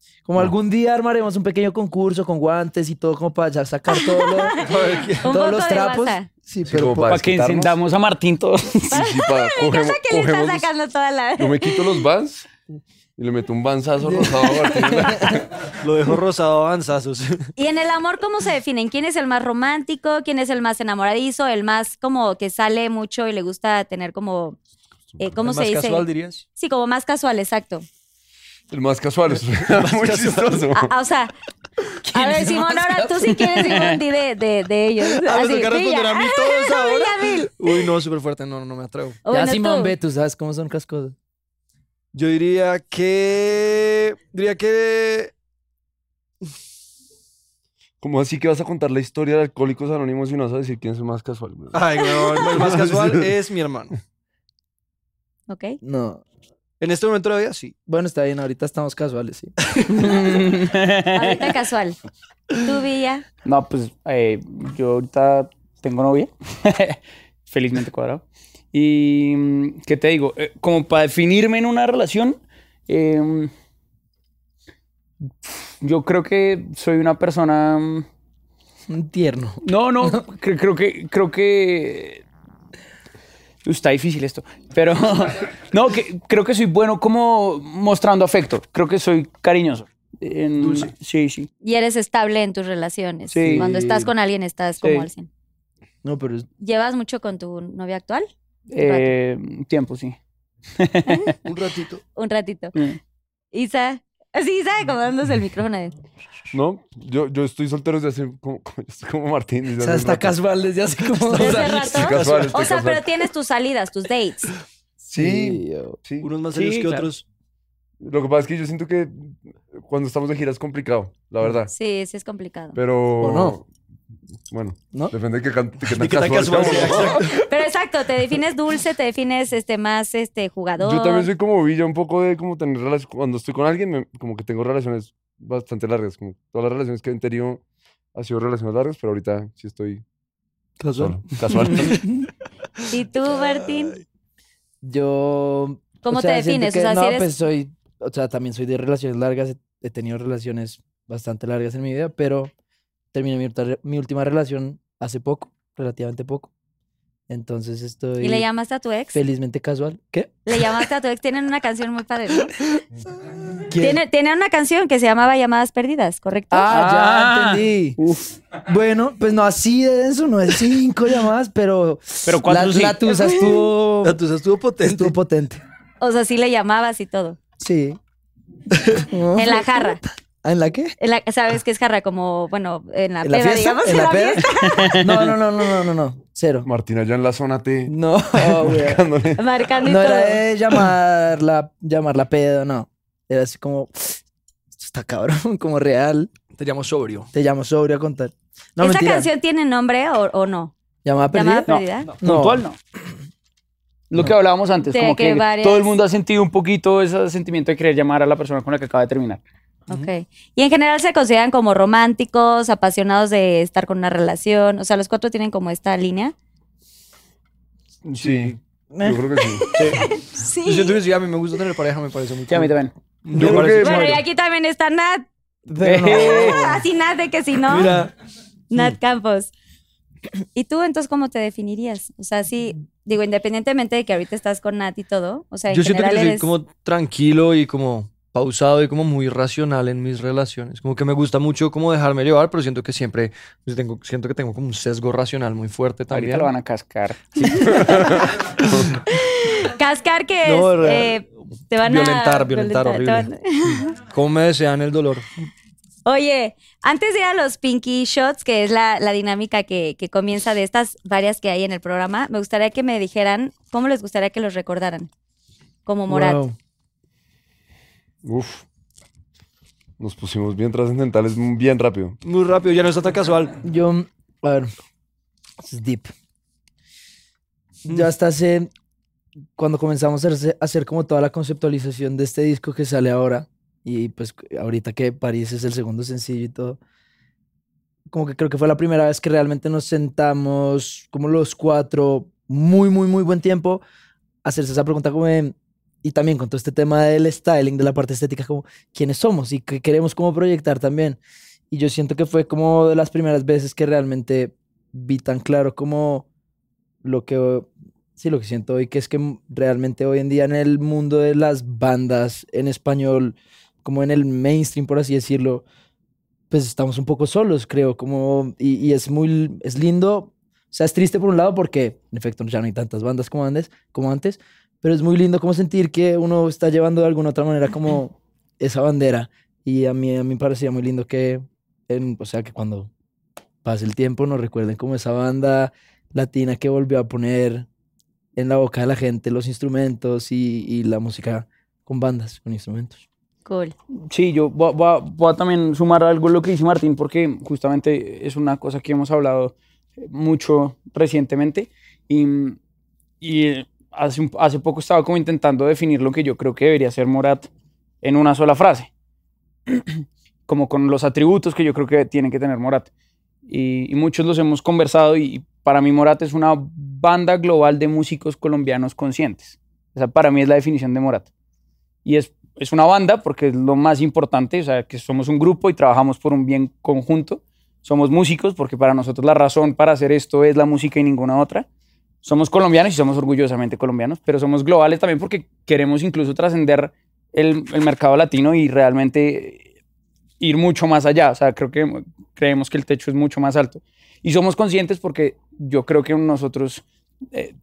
Speaker 5: <laughs> Como
Speaker 4: No.
Speaker 5: algún día armaremos un pequeño concurso con guantes y todo como para ya sacar todo lo-
Speaker 2: <laughs> Un
Speaker 5: todos
Speaker 2: poco
Speaker 5: los
Speaker 2: de
Speaker 5: trapos.
Speaker 2: guasa.
Speaker 5: Sí,
Speaker 4: Sí,
Speaker 5: pero
Speaker 4: como
Speaker 5: po-
Speaker 4: para
Speaker 3: Para que
Speaker 4: quitarnos.
Speaker 3: encendamos a Martín todos. <laughs>
Speaker 6: <laughs>
Speaker 4: sí, sí, para- cogemos-
Speaker 2: ¿Qué le estás
Speaker 4: cogemos-
Speaker 2: sacando toda la...
Speaker 4: yo me quito los vans y le
Speaker 6: <laughs>
Speaker 4: meto un banzazo rosado a Martín.
Speaker 6: Lo
Speaker 2: <laughs>
Speaker 6: dejo rosado avanzazos.
Speaker 2: ¿Y en el amor cómo se definen? ¿Quién es el más romántico? ¿Quién es el más enamoradizo? ¿El más como que sale mucho y le gusta tener como... eh,
Speaker 6: <laughs>
Speaker 2: ¿Cómo se
Speaker 6: más
Speaker 2: dice?
Speaker 6: casual, dirías?
Speaker 2: Sí, como más casual, exacto.
Speaker 4: El más casual.
Speaker 6: <laughs>
Speaker 4: Es <laughs> muy chistoso.
Speaker 2: A- a- Ah, o sea, a ver, Simón, ahora tú sí quieres Simón, di de, de, de ellos.
Speaker 6: Ah, me
Speaker 2: Así,
Speaker 6: toca
Speaker 2: Villa.
Speaker 6: responder a mí todos
Speaker 2: Villa,
Speaker 6: ahora.
Speaker 2: Vil.
Speaker 6: Uy, no, súper fuerte. No, no, no me atrevo.
Speaker 2: O
Speaker 5: ya
Speaker 2: Ah, bueno,
Speaker 5: Simón
Speaker 2: tú.
Speaker 5: ve, tú sabes cómo son las cosas.
Speaker 6: Yo diría que. Diría que.
Speaker 4: Como así que vas a contar la historia de Alcohólicos Anónimos y no vas a decir quién es el más casual. güey?
Speaker 6: Ay, no, el más <laughs> casual es mi hermano.
Speaker 2: Ok.
Speaker 5: No.
Speaker 6: En este momento de la vida, sí.
Speaker 5: Bueno, está bien, ahorita estamos casuales, sí. <laughs>
Speaker 2: Ahorita casual. Tú, Villa.
Speaker 3: No, pues eh, yo ahorita tengo novia, <laughs> felizmente cuadrado. Y mm, qué te digo, Eh, como para definirme en una relación, eh, yo creo que soy una persona. mm,
Speaker 5: Un tierno.
Speaker 3: No, no, cre- creo que creo que Uy, está difícil esto, pero <laughs> no, que, creo que soy bueno como mostrando afecto. Creo que soy cariñoso. En- Sí, sí.
Speaker 2: Y eres estable en tus relaciones.
Speaker 3: Sí.
Speaker 2: Cuando estás con alguien, estás
Speaker 3: Sí.
Speaker 2: como al 100.
Speaker 5: No, pero es-
Speaker 2: ¿Llevas mucho con tu novia actual?
Speaker 3: Eh, tiempo, sí.
Speaker 6: Un ratito.
Speaker 2: Un ratito.
Speaker 3: Mm.
Speaker 2: Isa. Sí, Isa acomodándose el micrófono. de-
Speaker 4: No, yo, yo estoy soltero desde hace como, <laughs> como- yo estoy como Martín. desde
Speaker 5: o sea,
Speaker 4: hace
Speaker 5: está
Speaker 4: rato.
Speaker 5: casual desde hace como dos
Speaker 2: ¿Desde
Speaker 5: años.
Speaker 2: rato?
Speaker 4: casual, estoy
Speaker 2: O sea,
Speaker 4: casual.
Speaker 2: pero tienes tus salidas, tus dates.
Speaker 4: Sí,
Speaker 5: oh.
Speaker 4: sí.
Speaker 6: Unos más
Speaker 3: Sí,
Speaker 6: serios que
Speaker 3: claro.
Speaker 6: otros.
Speaker 4: Lo que pasa es que yo siento que cuando estamos de gira es complicado, la verdad.
Speaker 2: Sí, sí es complicado.
Speaker 4: Pero.
Speaker 5: ¿O no?
Speaker 4: Bueno,
Speaker 5: ¿No?
Speaker 4: depende de qué, can- de qué
Speaker 6: ¿De qué tan
Speaker 4: casual
Speaker 6: casual
Speaker 4: seamos,
Speaker 6: sea?
Speaker 4: ¿no?
Speaker 2: Pero exacto, te defines dulce, te defines este más este jugador.
Speaker 4: Yo también soy como Villa, un poco de como tener relaciones. Cuando estoy con alguien, me- como que tengo relaciones bastante largas. Como todas las relaciones que he tenido han sido relaciones largas, pero ahorita sí estoy solo. Casual.
Speaker 2: ¿Y tú, Martín?
Speaker 5: Yo.
Speaker 2: ¿Cómo
Speaker 5: o sea,
Speaker 2: te
Speaker 5: siento
Speaker 2: defines?
Speaker 5: que-
Speaker 2: o sea,
Speaker 5: no,
Speaker 2: si eres
Speaker 5: pues soy. O sea, también soy de relaciones largas. He, he tenido relaciones bastante largas en mi vida, pero terminé mi, ulta- mi última relación hace poco, relativamente poco. Entonces estoy.
Speaker 2: y le llamaste a tu ex,
Speaker 5: Felizmente casual. ¿Qué?
Speaker 2: le llamaste a tu ex, tienen una canción muy padre. ¿no? Tienen, tienen una canción que se llamaba Llamadas Perdidas, ¿correcto?
Speaker 5: Ah,
Speaker 3: Ah.
Speaker 5: ya entendí.
Speaker 3: Uf.
Speaker 5: Bueno, pues no así de denso, no es cinco llamadas, pero.
Speaker 3: Pero cuatro
Speaker 5: la,
Speaker 3: sí.
Speaker 5: la tusa estuvo.
Speaker 6: La tusa estuvo potente.
Speaker 5: Estuvo potente.
Speaker 2: O sea, sí le llamabas y todo.
Speaker 5: Sí.
Speaker 2: En la jarra.
Speaker 5: ¿En la qué?
Speaker 2: En la- ¿Sabes qué es jarra? Como, bueno, en la,
Speaker 5: ¿En la
Speaker 2: peda,
Speaker 5: fiesta?
Speaker 2: digamos.
Speaker 5: ¿En la peda? <laughs> No, no, no, no, no, no, no. Cero.
Speaker 4: Martín, allá en la zona
Speaker 5: <laughs>
Speaker 4: T.
Speaker 2: <laughs>
Speaker 5: No, güey.
Speaker 4: dándole-
Speaker 2: Marcando y
Speaker 5: No
Speaker 2: todo.
Speaker 5: era de llamarla, llamarla pedo, no. Era así como, "Esto está cabrón, <laughs> como real.
Speaker 6: Te llamo sobrio.
Speaker 5: Te llamo sobrio a contar. No,
Speaker 2: ¿Esa
Speaker 5: mentira.
Speaker 2: canción tiene nombre o, o no?
Speaker 5: ¿Llamada perdida?
Speaker 2: ¿Llamada
Speaker 3: No,
Speaker 2: perdida?
Speaker 3: no,
Speaker 5: No.
Speaker 3: puntual no. Lo que hablábamos antes,
Speaker 2: De
Speaker 3: como
Speaker 2: que
Speaker 3: que,
Speaker 2: varias-
Speaker 3: todo el mundo ha sentido un poquito ese sentimiento de querer llamar a la persona con la que acaba de terminar.
Speaker 2: Ok. Y en general se consideran como románticos, apasionados de estar con una relación. O sea, los cuatro tienen como esta línea.
Speaker 4: Sí. Yo creo que sí.
Speaker 6: Yo siento que sí, a mí me gusta tener pareja, me parece muy
Speaker 3: Sí, a mí <laughs> también.
Speaker 6: cool.
Speaker 4: Yo
Speaker 6: Me
Speaker 4: creo
Speaker 6: parece
Speaker 4: que-
Speaker 6: chévere.
Speaker 2: Bueno, y aquí también está Nat.
Speaker 5: Pero no.
Speaker 2: <laughs> Así Nat de que si no,
Speaker 6: Mira,
Speaker 2: Nat Campos. ¿Y tú entonces cómo te definirías? O sea, sí, digo, independientemente de que ahorita estás con Nat y todo, o sea, en
Speaker 6: yo siento
Speaker 2: general
Speaker 6: que soy
Speaker 2: eres...
Speaker 6: como tranquilo y como pausado y como muy racional en mis relaciones. Como que me gusta mucho como dejarme llevar, pero siento que siempre pues, tengo, siento que tengo como un sesgo racional muy fuerte también.
Speaker 3: Ahorita lo van a cascar.
Speaker 2: Cascar que es...
Speaker 6: No, re-
Speaker 2: eh, te van a...
Speaker 6: violentar, violentar,
Speaker 2: te
Speaker 6: horrible.
Speaker 2: <laughs>
Speaker 6: ¿Cómo me desean el dolor?
Speaker 2: Oye, antes de ir a los Pinky Shots, que es la, la dinámica que, que comienza de estas varias que hay en el programa, me gustaría que me dijeran cómo les gustaría que los recordaran. Como Morat.
Speaker 5: Wow.
Speaker 4: Uf. Nos pusimos bien trascendentales, bien rápido.
Speaker 6: Muy rápido, ya no está tan casual.
Speaker 5: Yo, a ver, esto es deep. Yo hasta hace, cuando comenzamos a hacer, a hacer como toda la conceptualización de este disco que sale ahora, y pues c- ahorita que París es el segundo sencillo y todo, como que creo que fue la primera vez que realmente nos sentamos como los cuatro, muy, muy, muy buen tiempo, a hacerse esa pregunta como de- y también con todo este tema del styling, de la parte estética, como quiénes somos y qué queremos como proyectar también. Y yo siento que fue como de las primeras veces que realmente vi tan claro como lo que sí, lo que siento hoy, que es que realmente hoy en día en el mundo de las bandas en español, como en el mainstream, por así decirlo, pues estamos un poco solos, creo, como, y, y es muy, es lindo, o sea, es triste por un lado porque, en efecto, ya no hay tantas bandas como antes, como antes pero es muy lindo como sentir que uno está llevando de alguna otra manera como esa bandera, y a mí, a mí me parecía muy lindo que, en, o sea, que cuando pase el tiempo nos recuerden como esa banda latina que volvió a poner en la boca de la gente los instrumentos y, y la música con bandas, con instrumentos.
Speaker 2: Cool.
Speaker 3: Sí, yo voy, voy, voy a, también sumar algo a lo que dice Martín, porque justamente es una cosa que hemos hablado eh, mucho recientemente y, y eh, hace, un, hace poco estaba como intentando definir lo que yo creo que debería ser Morat en una sola frase, <clears throat> como con los atributos que yo creo que tiene que tener Morat. Y, y muchos los hemos conversado y para mí Morat es una banda global de músicos colombianos conscientes. Esa para mí es la definición de Morat. Y es, es, una banda porque es lo más importante, o sea, que somos un grupo y trabajamos por un bien conjunto. Somos músicos porque para nosotros la razón para hacer esto es la música y ninguna otra. Somos colombianos y somos orgullosamente colombianos, pero somos globales también porque queremos incluso trascender el, el mercado latino y realmente ir mucho más allá. O sea, creo que creemos que el techo es mucho más alto. Y somos conscientes porque yo creo que nosotros eh,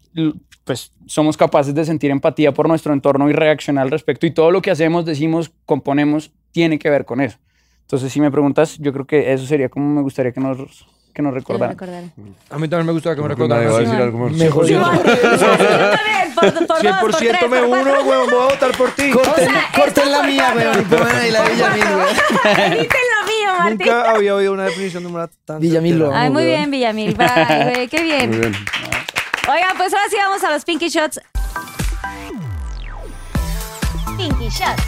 Speaker 3: pues somos capaces de sentir empatía por nuestro entorno y reaccionar al respecto y todo lo que hacemos, decimos, componemos, tiene que ver con eso. Entonces, si me preguntas, yo creo que eso sería como me gustaría que nos, que nos recordaran.
Speaker 6: A mí también me gustaría que me recordaran.
Speaker 4: Nadie va a
Speaker 2: Simón.
Speaker 4: decir algo más.
Speaker 2: <laughs>
Speaker 5: Mejor
Speaker 2: Yo
Speaker 5: dicho,
Speaker 2: también, por, por dos, por tres,
Speaker 6: 100%
Speaker 2: por
Speaker 6: me
Speaker 2: cuatro.
Speaker 6: uno, weón, voy a votar por ti.
Speaker 5: corten,
Speaker 2: sea,
Speaker 5: corten
Speaker 2: esto
Speaker 5: la
Speaker 2: por
Speaker 5: mía,
Speaker 2: cuatro.
Speaker 5: weón, y pongan ahí la Villamil, weón.
Speaker 2: Editen lo mío, Martín.
Speaker 6: Nunca había oído una definición de Morat tan
Speaker 5: Villamil lo
Speaker 6: certera.
Speaker 2: Ay, muy
Speaker 5: weón.
Speaker 2: bien, Villamil. Bye, güey, qué
Speaker 4: Muy
Speaker 2: bien.
Speaker 4: bien.
Speaker 2: Oigan, pues ahora sí vamos a los Pinky Shots. Pinky Shots.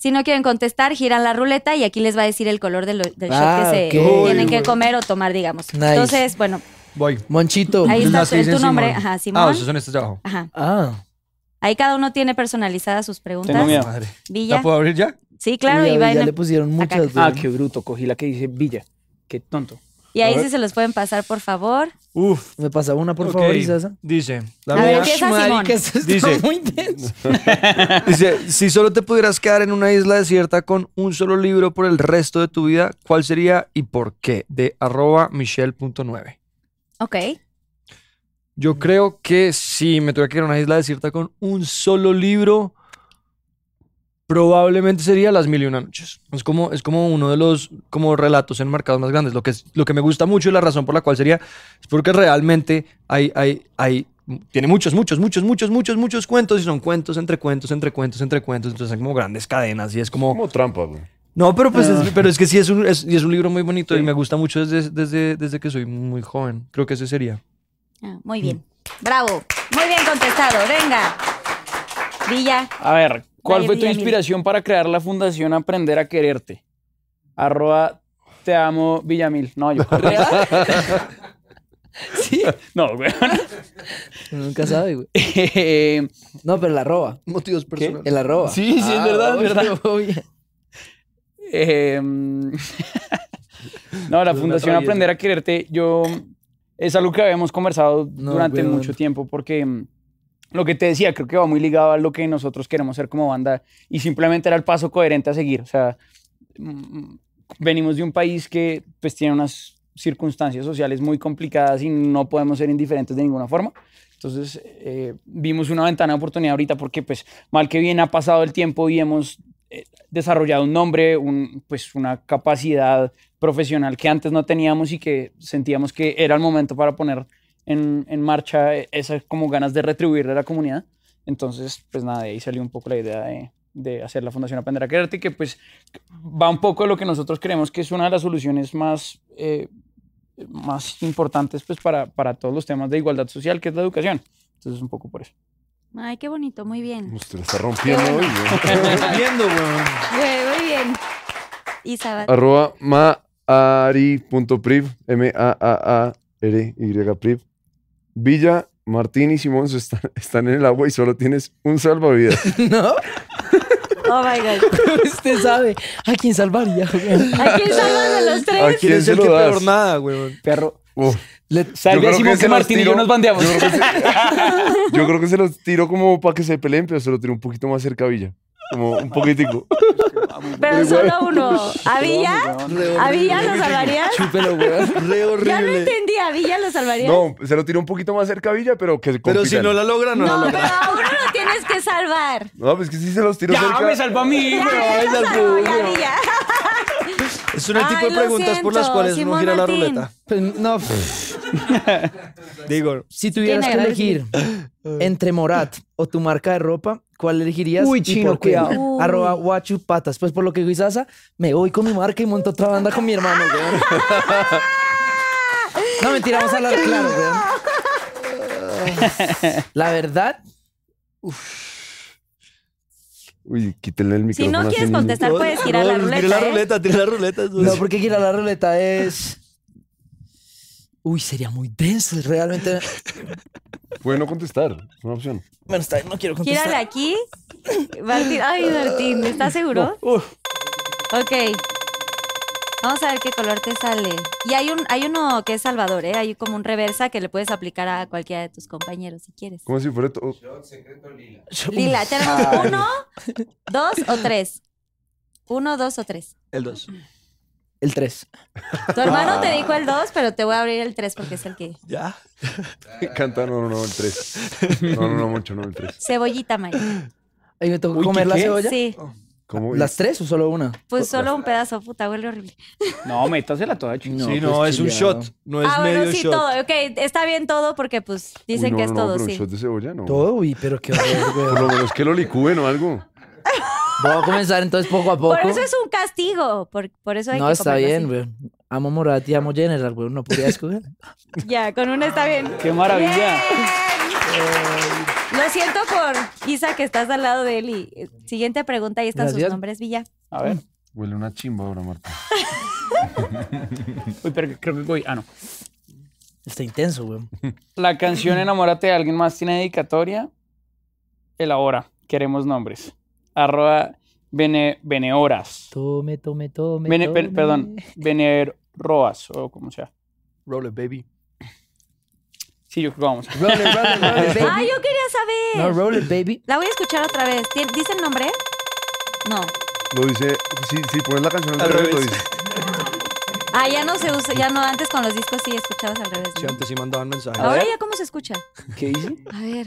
Speaker 2: Si no quieren contestar, giran la ruleta y aquí les va a decir el color de lo- del
Speaker 5: Ah,
Speaker 2: shot que se
Speaker 5: ok.
Speaker 2: tienen
Speaker 6: Uy,
Speaker 2: que
Speaker 6: güey.
Speaker 2: comer o tomar, digamos.
Speaker 5: Nice.
Speaker 2: Entonces, bueno,
Speaker 6: Voy.
Speaker 5: Monchito.
Speaker 2: Ahí está
Speaker 6: Las
Speaker 2: tu-
Speaker 6: que
Speaker 2: es tu
Speaker 6: dicen
Speaker 2: nombre.
Speaker 6: Simón.
Speaker 2: Ajá,
Speaker 6: Ah,
Speaker 2: Simón.
Speaker 6: esos son estos de abajo.
Speaker 2: ajá.
Speaker 5: Ah,
Speaker 2: Ahí cada uno tiene personalizadas sus preguntas.
Speaker 3: Tengo miedo.
Speaker 6: Madre.
Speaker 2: Villa.
Speaker 6: ¿La puedo abrir ya?
Speaker 2: Sí, claro,
Speaker 5: ya,
Speaker 2: y, va en-
Speaker 5: le pusieron
Speaker 2: acá.
Speaker 5: muchas.
Speaker 3: Ah,
Speaker 5: weón.
Speaker 3: qué bruto, cogí la que dice Villa. Qué tonto.
Speaker 2: y ahí sí se los pueden pasar, por favor.
Speaker 6: Uf.
Speaker 5: Me pasa una, por
Speaker 6: ok.
Speaker 5: favor, Isasa.
Speaker 6: Dice, la
Speaker 2: A ver,
Speaker 6: mía-
Speaker 2: empieza
Speaker 5: Marica,
Speaker 2: Simón.
Speaker 5: esto está
Speaker 6: Dice.
Speaker 5: muy intenso.
Speaker 6: <laughs> dice, si solo te pudieras quedar en una isla desierta con un solo libro por el resto de tu vida, ¿cuál sería y por qué? De arroba michelle.9.
Speaker 2: Ok.
Speaker 6: Yo creo que si me tuviera que ir a una isla desierta con un solo libro, probablemente sería Las Mil y Una Noches. Es como, es como uno de los como relatos enmarcados más grandes. Lo que, es- lo que me gusta mucho y la razón por la cual sería es porque realmente hay, hay, hay, tiene muchos, muchos, muchos, muchos, muchos, muchos cuentos y son cuentos entre cuentos, entre cuentos, entre cuentos. Entonces son como grandes cadenas y es como...
Speaker 4: Como trampa, güey.
Speaker 6: No, pero pues es, pero es que sí es un, es, y es un libro muy bonito y me gusta mucho desde, desde, desde que soy muy joven. Creo que ese sería.
Speaker 2: Ah, muy bien. Bravo. Muy bien contestado. Venga. Villa.
Speaker 3: A ver, ¿cuál
Speaker 2: Vaya,
Speaker 3: fue tu
Speaker 2: Villamil.
Speaker 3: inspiración para crear la fundación Aprender a Quererte? Arroba te amo Villamil. No, yo. <laughs> sí. No, güey.
Speaker 5: Uno <laughs> Nunca sabe, güey.
Speaker 3: <laughs> Eh,
Speaker 5: No, pero la roba.
Speaker 6: Motivos personales.
Speaker 5: El arroba. Ah,
Speaker 3: Sí, sí, es verdad, es verdad. Eh, <laughs> no, la Fundación Aprender a Quererte, yo. Es algo que habíamos conversado
Speaker 5: No,
Speaker 3: durante
Speaker 5: weón.
Speaker 3: mucho tiempo, porque mm, lo que te decía, creo que va muy ligado a lo que nosotros queremos ser como banda y simplemente era el paso coherente a seguir. O sea, mm, venimos de un país que pues tiene unas circunstancias sociales muy complicadas y no podemos ser indiferentes de ninguna forma. Entonces eh, vimos una ventana de oportunidad ahorita porque pues mal que bien ha pasado el tiempo y hemos eh, desarrollado un nombre, un, pues una capacidad profesional que antes no teníamos y que sentíamos que era el momento para poner en, en marcha eh, esas como ganas de retribuirle a la comunidad. Entonces, pues nada, de ahí salió un poco la idea de, de hacer la Fundación Aprender a Quererte, que pues va un poco de lo que nosotros creemos que es una de las soluciones más, eh, más importantes pues para, para todos los temas de igualdad social, que es la educación. Entonces, un poco por eso.
Speaker 2: Ay, qué bonito. Muy bien.
Speaker 4: Usted la está rompiendo hoy, güey.
Speaker 6: Entiendo, weón.
Speaker 2: Güey, <laughs> muy bien. Isabel.
Speaker 4: <laughs> Arroba maari.priv, M-A-A-A-R-Y priv. Villa, Martín y Simón se están, están en el agua y solo tienes un salvavidas.
Speaker 5: No,
Speaker 2: Oh my God.
Speaker 5: <laughs> usted sabe. ¿A quién salvaría? güey?
Speaker 2: ¿A quién salvan de los
Speaker 4: ¿A
Speaker 2: tres?
Speaker 4: quién
Speaker 6: es
Speaker 4: se
Speaker 6: el que
Speaker 4: lo das?
Speaker 6: peor nada, weón?
Speaker 3: Perro,
Speaker 4: Uf,
Speaker 5: Le-
Speaker 3: Salga
Speaker 4: creo
Speaker 3: y Simón
Speaker 4: que
Speaker 3: que,
Speaker 4: se los
Speaker 3: Martín y
Speaker 4: tiro.
Speaker 3: yo nos bandeamos.
Speaker 4: Yo creo que se, yo creo que se los tiro como para que se peleen, pero se lo tiro un poquito más cerca a Villa. Como un poquitico.
Speaker 2: Pero solo uno. ¿A Villa?
Speaker 3: Vamos,
Speaker 2: ¿A Villa lo salvarías?
Speaker 5: <laughs> Chúpelo, weón.
Speaker 6: Re
Speaker 2: Ya lo
Speaker 6: horrible.
Speaker 2: entendí, ¿a Villa lo salvarías?
Speaker 4: No, se lo tiro un poquito más cerca a Villa, pero que
Speaker 6: Pero si
Speaker 4: compitan.
Speaker 6: no la logra, no, la
Speaker 2: No, pero
Speaker 6: logra.
Speaker 2: a uno lo tienes que salvar.
Speaker 4: No, pues que si se los tiro
Speaker 3: Ya,
Speaker 4: cerca.
Speaker 3: ¡Ah, me salva a
Speaker 4: <laughs>
Speaker 3: mí,
Speaker 2: Ya,
Speaker 3: weón.
Speaker 2: ya lo salvó, ya, Villa.
Speaker 6: Es un tipo
Speaker 2: Ay,
Speaker 6: de
Speaker 2: lo
Speaker 6: preguntas por las
Speaker 2: siento,
Speaker 6: cuales uno
Speaker 2: Simón
Speaker 6: gira la
Speaker 2: Martín.
Speaker 6: ruleta.
Speaker 5: Pues, no, pff,
Speaker 2: <laughs>
Speaker 6: Digo,
Speaker 5: si tuvieras que
Speaker 2: Tiene
Speaker 5: elegir
Speaker 3: <laughs>
Speaker 5: entre Morat o tu marca de ropa, ¿cuál elegirías?
Speaker 3: Uy,
Speaker 5: y
Speaker 3: chino,
Speaker 5: por qué?
Speaker 3: cuidado.
Speaker 2: Uy.
Speaker 5: Arroba guachupatas. Pues por lo que Guisaza, me voy con mi marca y monto otra banda con mi
Speaker 2: <laughs>
Speaker 5: hermano, weón. No, mentira, vamos a hablar claro, weón. La verdad,
Speaker 4: Uy, quítenle el
Speaker 2: Si
Speaker 4: micrófono.
Speaker 2: no
Speaker 4: a ese
Speaker 2: quieres
Speaker 4: niño.
Speaker 2: contestar, puedes girar la
Speaker 6: Tira la
Speaker 2: ruleta. ¿eh?
Speaker 6: ruleta, tira la ruleta. eso
Speaker 5: no,
Speaker 6: es-
Speaker 5: porque girar la ruleta es. Uy, sería muy denso, realmente.
Speaker 4: Puede no contestar. Es una opción.
Speaker 5: Bueno, está bien, no quiero contestar.
Speaker 2: Gírala aquí. Martín, ay, Martín, ¿estás seguro? Ok. Vamos a ver qué color te sale. Y hay un, hay uno que es Salvador, ¿eh? Hay como un reversa que le puedes aplicar a cualquiera de tus compañeros si quieres.
Speaker 4: Como si fuera todo. <laughs>
Speaker 2: Lila, tenemos uno, dos o tres. Uno, dos o tres.
Speaker 6: El 2.
Speaker 5: El 3.
Speaker 2: Tu hermano te dijo el dos, pero te voy a abrir el tres porque es el que.
Speaker 6: Ya.
Speaker 4: Canta, no, no, no, el 3. No, no, no, mucho, no, el 3.
Speaker 2: Cebollita, Maya.
Speaker 5: Ahí me tocó
Speaker 3: Uy, ¿qué
Speaker 5: comer la
Speaker 3: qué?
Speaker 5: cebolla.
Speaker 2: Sí.
Speaker 4: ¿Cómo?
Speaker 5: ¿Las tres o solo una?
Speaker 2: Pues solo un pedazo, puta, huele horrible.
Speaker 3: No, métasela toda, chino.
Speaker 6: sí,
Speaker 5: pues,
Speaker 6: no, es un
Speaker 5: chileado.
Speaker 6: shot.
Speaker 4: Pues
Speaker 6: No es
Speaker 2: ah,
Speaker 6: medio
Speaker 2: bueno, sí,
Speaker 6: shot.
Speaker 2: todo. Ok, está bien todo porque pues
Speaker 4: Uy,
Speaker 2: dicen
Speaker 4: no,
Speaker 2: que es
Speaker 4: no, no,
Speaker 2: todo,
Speaker 4: pero un
Speaker 2: sí.
Speaker 4: shot de cebolla, no.
Speaker 5: Todo, uy, pero qué <laughs> horror, güey.
Speaker 4: Por lo menos que lo licúen o algo.
Speaker 5: Voy a comenzar entonces poco a poco.
Speaker 2: Por eso es un castigo. Por, por eso hay
Speaker 5: no,
Speaker 2: que
Speaker 5: está
Speaker 2: comerlo
Speaker 5: bien,
Speaker 2: así.
Speaker 5: güey. Amo Morat y amo General, güey. No podría escoger.
Speaker 2: Ya, con una está bien.
Speaker 3: Qué maravilla.
Speaker 2: Bien. Lo siento por Isa que estás al lado de él. y, eh, siguiente pregunta, ahí están sus
Speaker 5: Gracias.
Speaker 2: nombres, Villa.
Speaker 3: A ver.
Speaker 4: Huele una chimba ahora, Marta.
Speaker 3: Uy, pero creo que voy. Ah, no.
Speaker 5: Está intenso, güey.
Speaker 3: La canción Enamórate de alguien más tiene dedicatoria. Elabora. Queremos nombres. Arroba bene, Beneoras.
Speaker 5: Tome, tome, tome.
Speaker 3: Bene-
Speaker 5: tome.
Speaker 3: pe- perdón. Beneroas o como sea.
Speaker 6: Roller, baby.
Speaker 3: Sí, yo creo que vamos.
Speaker 5: Roller,
Speaker 6: <laughs>
Speaker 5: roller, roller, baby.
Speaker 2: Ah, yo quería saber.
Speaker 5: Eh, No, roller, baby.
Speaker 2: La voy a escuchar otra vez. ¿Tien- ¿Dice el nombre? No.
Speaker 4: Lo dice. Si sí, pones la canción al,
Speaker 6: Al
Speaker 4: revés, lo
Speaker 2: <laughs>
Speaker 6: revés.
Speaker 4: dice.
Speaker 2: Ah, ya no se usa, ya no, antes con los discos sí escuchabas al revés.
Speaker 6: Sí,
Speaker 2: ¿no?
Speaker 6: antes sí mandaban mensajes.
Speaker 2: Ahora ya cómo se escucha.
Speaker 3: ¿Qué hice?
Speaker 2: A ver.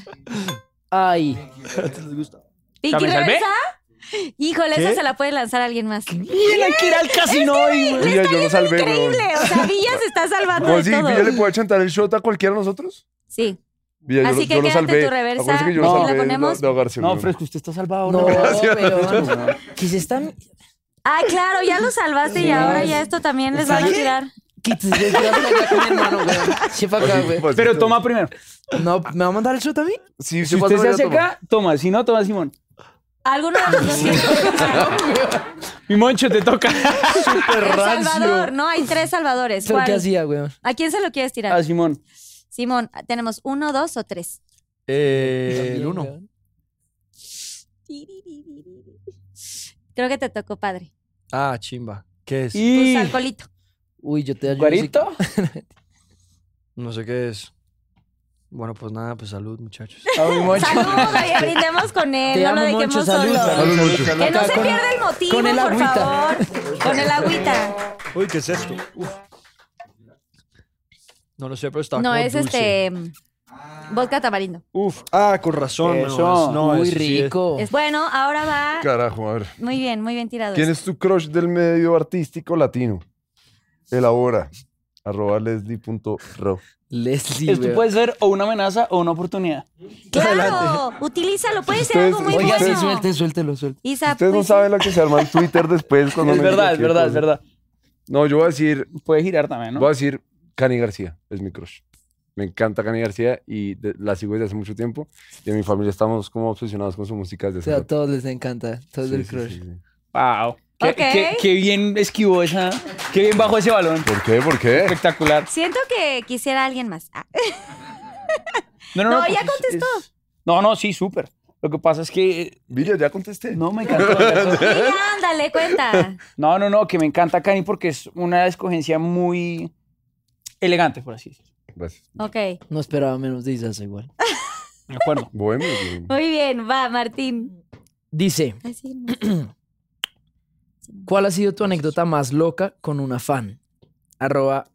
Speaker 5: Ay.
Speaker 6: Antes les gusta.
Speaker 2: ¿Pinky
Speaker 3: ¿Ya me salvé?
Speaker 2: reversa? Híjole, esa
Speaker 6: ¿Qué?
Speaker 2: se la puede lanzar a alguien más.
Speaker 3: Bien, hay que ir al casino hoy, güey.
Speaker 4: Villa, yo lo salvé,
Speaker 2: Increíble.
Speaker 4: weón.
Speaker 2: O sea, Villa se está salvando
Speaker 4: ¿Cómo
Speaker 2: de
Speaker 4: así?
Speaker 2: todo.
Speaker 4: Pues ¿Villa le puede chantar el shot a cualquiera de nosotros?
Speaker 2: Sí.
Speaker 4: Villa,
Speaker 2: Así
Speaker 4: yo,
Speaker 2: que
Speaker 4: lo- yo lo
Speaker 2: quédate
Speaker 4: salvé.
Speaker 2: tu reversa
Speaker 4: Acuérdense que yo
Speaker 3: y
Speaker 4: lo
Speaker 3: la
Speaker 4: salvé de-
Speaker 2: ponemos.
Speaker 4: de ahogarse.
Speaker 3: No,
Speaker 4: weón.
Speaker 3: Fresco, usted está salvado.
Speaker 5: No,
Speaker 4: gracias.
Speaker 5: pero. ¿Qué se están.?
Speaker 2: Ah, claro, ya lo salvaste y ahora ya esto también les van a
Speaker 5: ¿Sale?
Speaker 2: tirar.
Speaker 5: ¿Qué te estás tirando acá con mi hermano, güey? Chepa acá,
Speaker 4: Así,
Speaker 5: güey.
Speaker 4: pasito.
Speaker 3: Pero toma primero.
Speaker 5: No, ¿me va a mandar el shot a mí?
Speaker 4: Si,
Speaker 3: Si usted se hace acá, toma. Si no, toma Simón.
Speaker 2: Alguno de los dos tiene que pasar.
Speaker 3: Mi moncho te toca.
Speaker 2: El Salvador, no, hay tres Salvadores.
Speaker 5: ¿Pero
Speaker 2: ¿Cuál?
Speaker 5: qué hacía, güey?
Speaker 2: ¿A quién se lo quieres tirar?
Speaker 3: A Simón.
Speaker 2: Simón, tenemos uno, dos o tres.
Speaker 6: Eh, el
Speaker 5: También,
Speaker 6: 1.
Speaker 5: güey.
Speaker 2: Creo que te tocó, padre.
Speaker 6: Ah, chimba. ¿Qué es?
Speaker 2: Pues
Speaker 3: Y.
Speaker 2: alcoholito.
Speaker 5: Uy, yo te ayudo.
Speaker 3: ¿Guarito?
Speaker 6: No sé qué es. Bueno, pues nada, pues
Speaker 5: <laughs>
Speaker 6: salud, muchachos.
Speaker 3: A mi moncho.
Speaker 2: Salud, oye, brindemos con él.
Speaker 5: Te
Speaker 2: no lo
Speaker 5: amo
Speaker 2: dejemos
Speaker 5: mucho, salud.
Speaker 2: solo.
Speaker 4: Salud, mucho.
Speaker 2: Que no
Speaker 5: Acá
Speaker 2: se
Speaker 5: con-
Speaker 2: pierda el motivo,
Speaker 5: con el
Speaker 2: por
Speaker 5: agüita.
Speaker 2: favor. Con el agüita.
Speaker 6: Uy, ¿qué es esto? Uf. No lo sé, pero está
Speaker 2: No,
Speaker 6: como
Speaker 2: es
Speaker 6: dulce.
Speaker 2: este. mm, Vodka tamarindo.
Speaker 6: Uf. Ah, con razón.
Speaker 3: Eso.
Speaker 6: No, es- no,
Speaker 5: Muy
Speaker 6: eso sí es-
Speaker 5: rico.
Speaker 2: Es- bueno, ahora va.
Speaker 4: Carajo, a ver.
Speaker 2: Muy bien, muy bien tirado.
Speaker 4: ¿Quién es tu crush del medio artístico latino? Elabora. Arroba leslie.ro.
Speaker 5: Leslie,
Speaker 3: Esto
Speaker 5: güey.
Speaker 3: puede ser o una amenaza o una oportunidad.
Speaker 2: Claro, utilízalo, puede ser
Speaker 4: Pues Ustedes-
Speaker 2: algo muy
Speaker 5: Oiga, sí,
Speaker 2: bueno.
Speaker 5: suelte, suéltelo, suéltelo.
Speaker 2: Isa,
Speaker 4: Ustedes no
Speaker 2: pues,
Speaker 4: saben la que se arma en Twitter después
Speaker 3: <laughs>
Speaker 4: cuando
Speaker 3: es
Speaker 4: me dicen
Speaker 3: verdad, es
Speaker 4: cualquier
Speaker 3: verdad, es
Speaker 4: cosa.
Speaker 3: verdad.
Speaker 4: No, yo voy a decir,
Speaker 3: Puede girar también,
Speaker 4: voy
Speaker 3: ¿no?
Speaker 4: a decir Cani García, es mi crush. Me encanta Cani García y de- la sigo desde hace mucho tiempo. Y en mi familia estamos como obsesionados con su música desde
Speaker 5: O
Speaker 4: hace
Speaker 5: sea, a
Speaker 4: rato.
Speaker 5: todos les encanta. Todos
Speaker 4: Sí,
Speaker 5: del
Speaker 4: sí,
Speaker 5: crush.
Speaker 4: sí, sí.
Speaker 3: Wow. Qué,
Speaker 2: Ok.
Speaker 3: qué- qué bien esquivó esa. Qué bien bajó ese balón.
Speaker 4: ¿Por qué? ¿Por qué?
Speaker 3: Espectacular.
Speaker 2: Siento que quisiera alguien más. Ah, <laughs>
Speaker 3: No, no,
Speaker 2: No,
Speaker 3: no.
Speaker 2: ya
Speaker 3: pues,
Speaker 2: contestó.
Speaker 3: es- No, no, sí, súper. Lo que pasa es que. eh,
Speaker 4: Villa, ya contesté.
Speaker 3: No, me encantó. me encantó.
Speaker 5: <laughs>
Speaker 2: Mira, ándale,
Speaker 4: <laughs>
Speaker 2: cuenta.
Speaker 3: No, no, no, que me encanta Cani porque es una escogencia muy elegante, por así decirlo.
Speaker 4: Gracias.
Speaker 2: Ok.
Speaker 5: No esperaba menos de Isaso igual.
Speaker 3: De acuerdo.
Speaker 4: Bohemio. güey.
Speaker 5: pues,
Speaker 2: Muy bien, va, Martín.
Speaker 5: Dice,
Speaker 2: Ay, sí, no.
Speaker 5: ¿cuál ha sido tu anécdota más loca con una fan? Arroba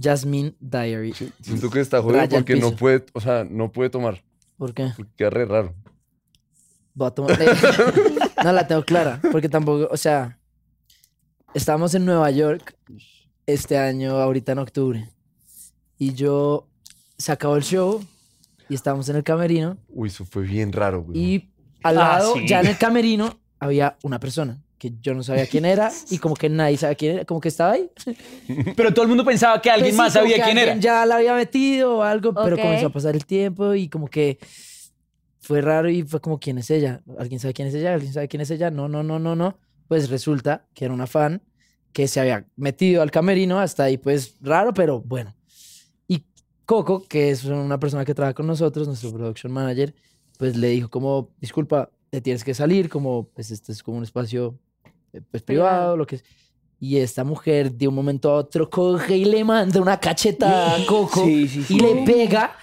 Speaker 5: Jasmine Diary.
Speaker 4: Siento que está jodido
Speaker 5: Raya al
Speaker 4: porque no
Speaker 5: piso.
Speaker 4: puede, o sea, no puede tomar.
Speaker 5: ¿Por qué?
Speaker 4: Porque queda re raro.
Speaker 5: Voy a tomar- eh, <laughs> no la tengo clara, porque tampoco, o sea, estamos en Nueva York este año, ahorita en octubre, y yo se acabó el show y estábamos en el camerino
Speaker 4: Uy, eso fue bien raro, güey.
Speaker 5: y al
Speaker 3: Ah,
Speaker 5: lado,
Speaker 3: sí.
Speaker 5: ya en el camerino, había una persona que yo no sabía quién era y como que nadie sabía quién era, como que estaba ahí.
Speaker 3: Pero todo el mundo pensaba que
Speaker 5: Pues
Speaker 3: alguien
Speaker 5: sí,
Speaker 3: más
Speaker 5: como
Speaker 3: sabía
Speaker 5: que
Speaker 3: quién era.
Speaker 5: alguien Ya la había metido o algo, pero
Speaker 2: Ok.
Speaker 5: comenzó a pasar el tiempo y como que fue raro y fue como, ¿quién es ella? ¿Alguien sabe quién es ella? ¿Alguien sabe quién es ella? No, no, no, no, no. Pues resulta que era una fan que se había metido al camerino, hasta ahí pues raro, pero bueno. Y Coco, que es una persona que trabaja con nosotros, nuestro production manager, pues le dijo como, disculpa, te tienes que salir, como, pues este es como un espacio eh, pues, privado,
Speaker 2: Privado.
Speaker 5: lo que es. Y esta mujer de un momento a otro coge y le manda una cachetada a Coco
Speaker 3: Sí, sí, sí.
Speaker 5: y le pega.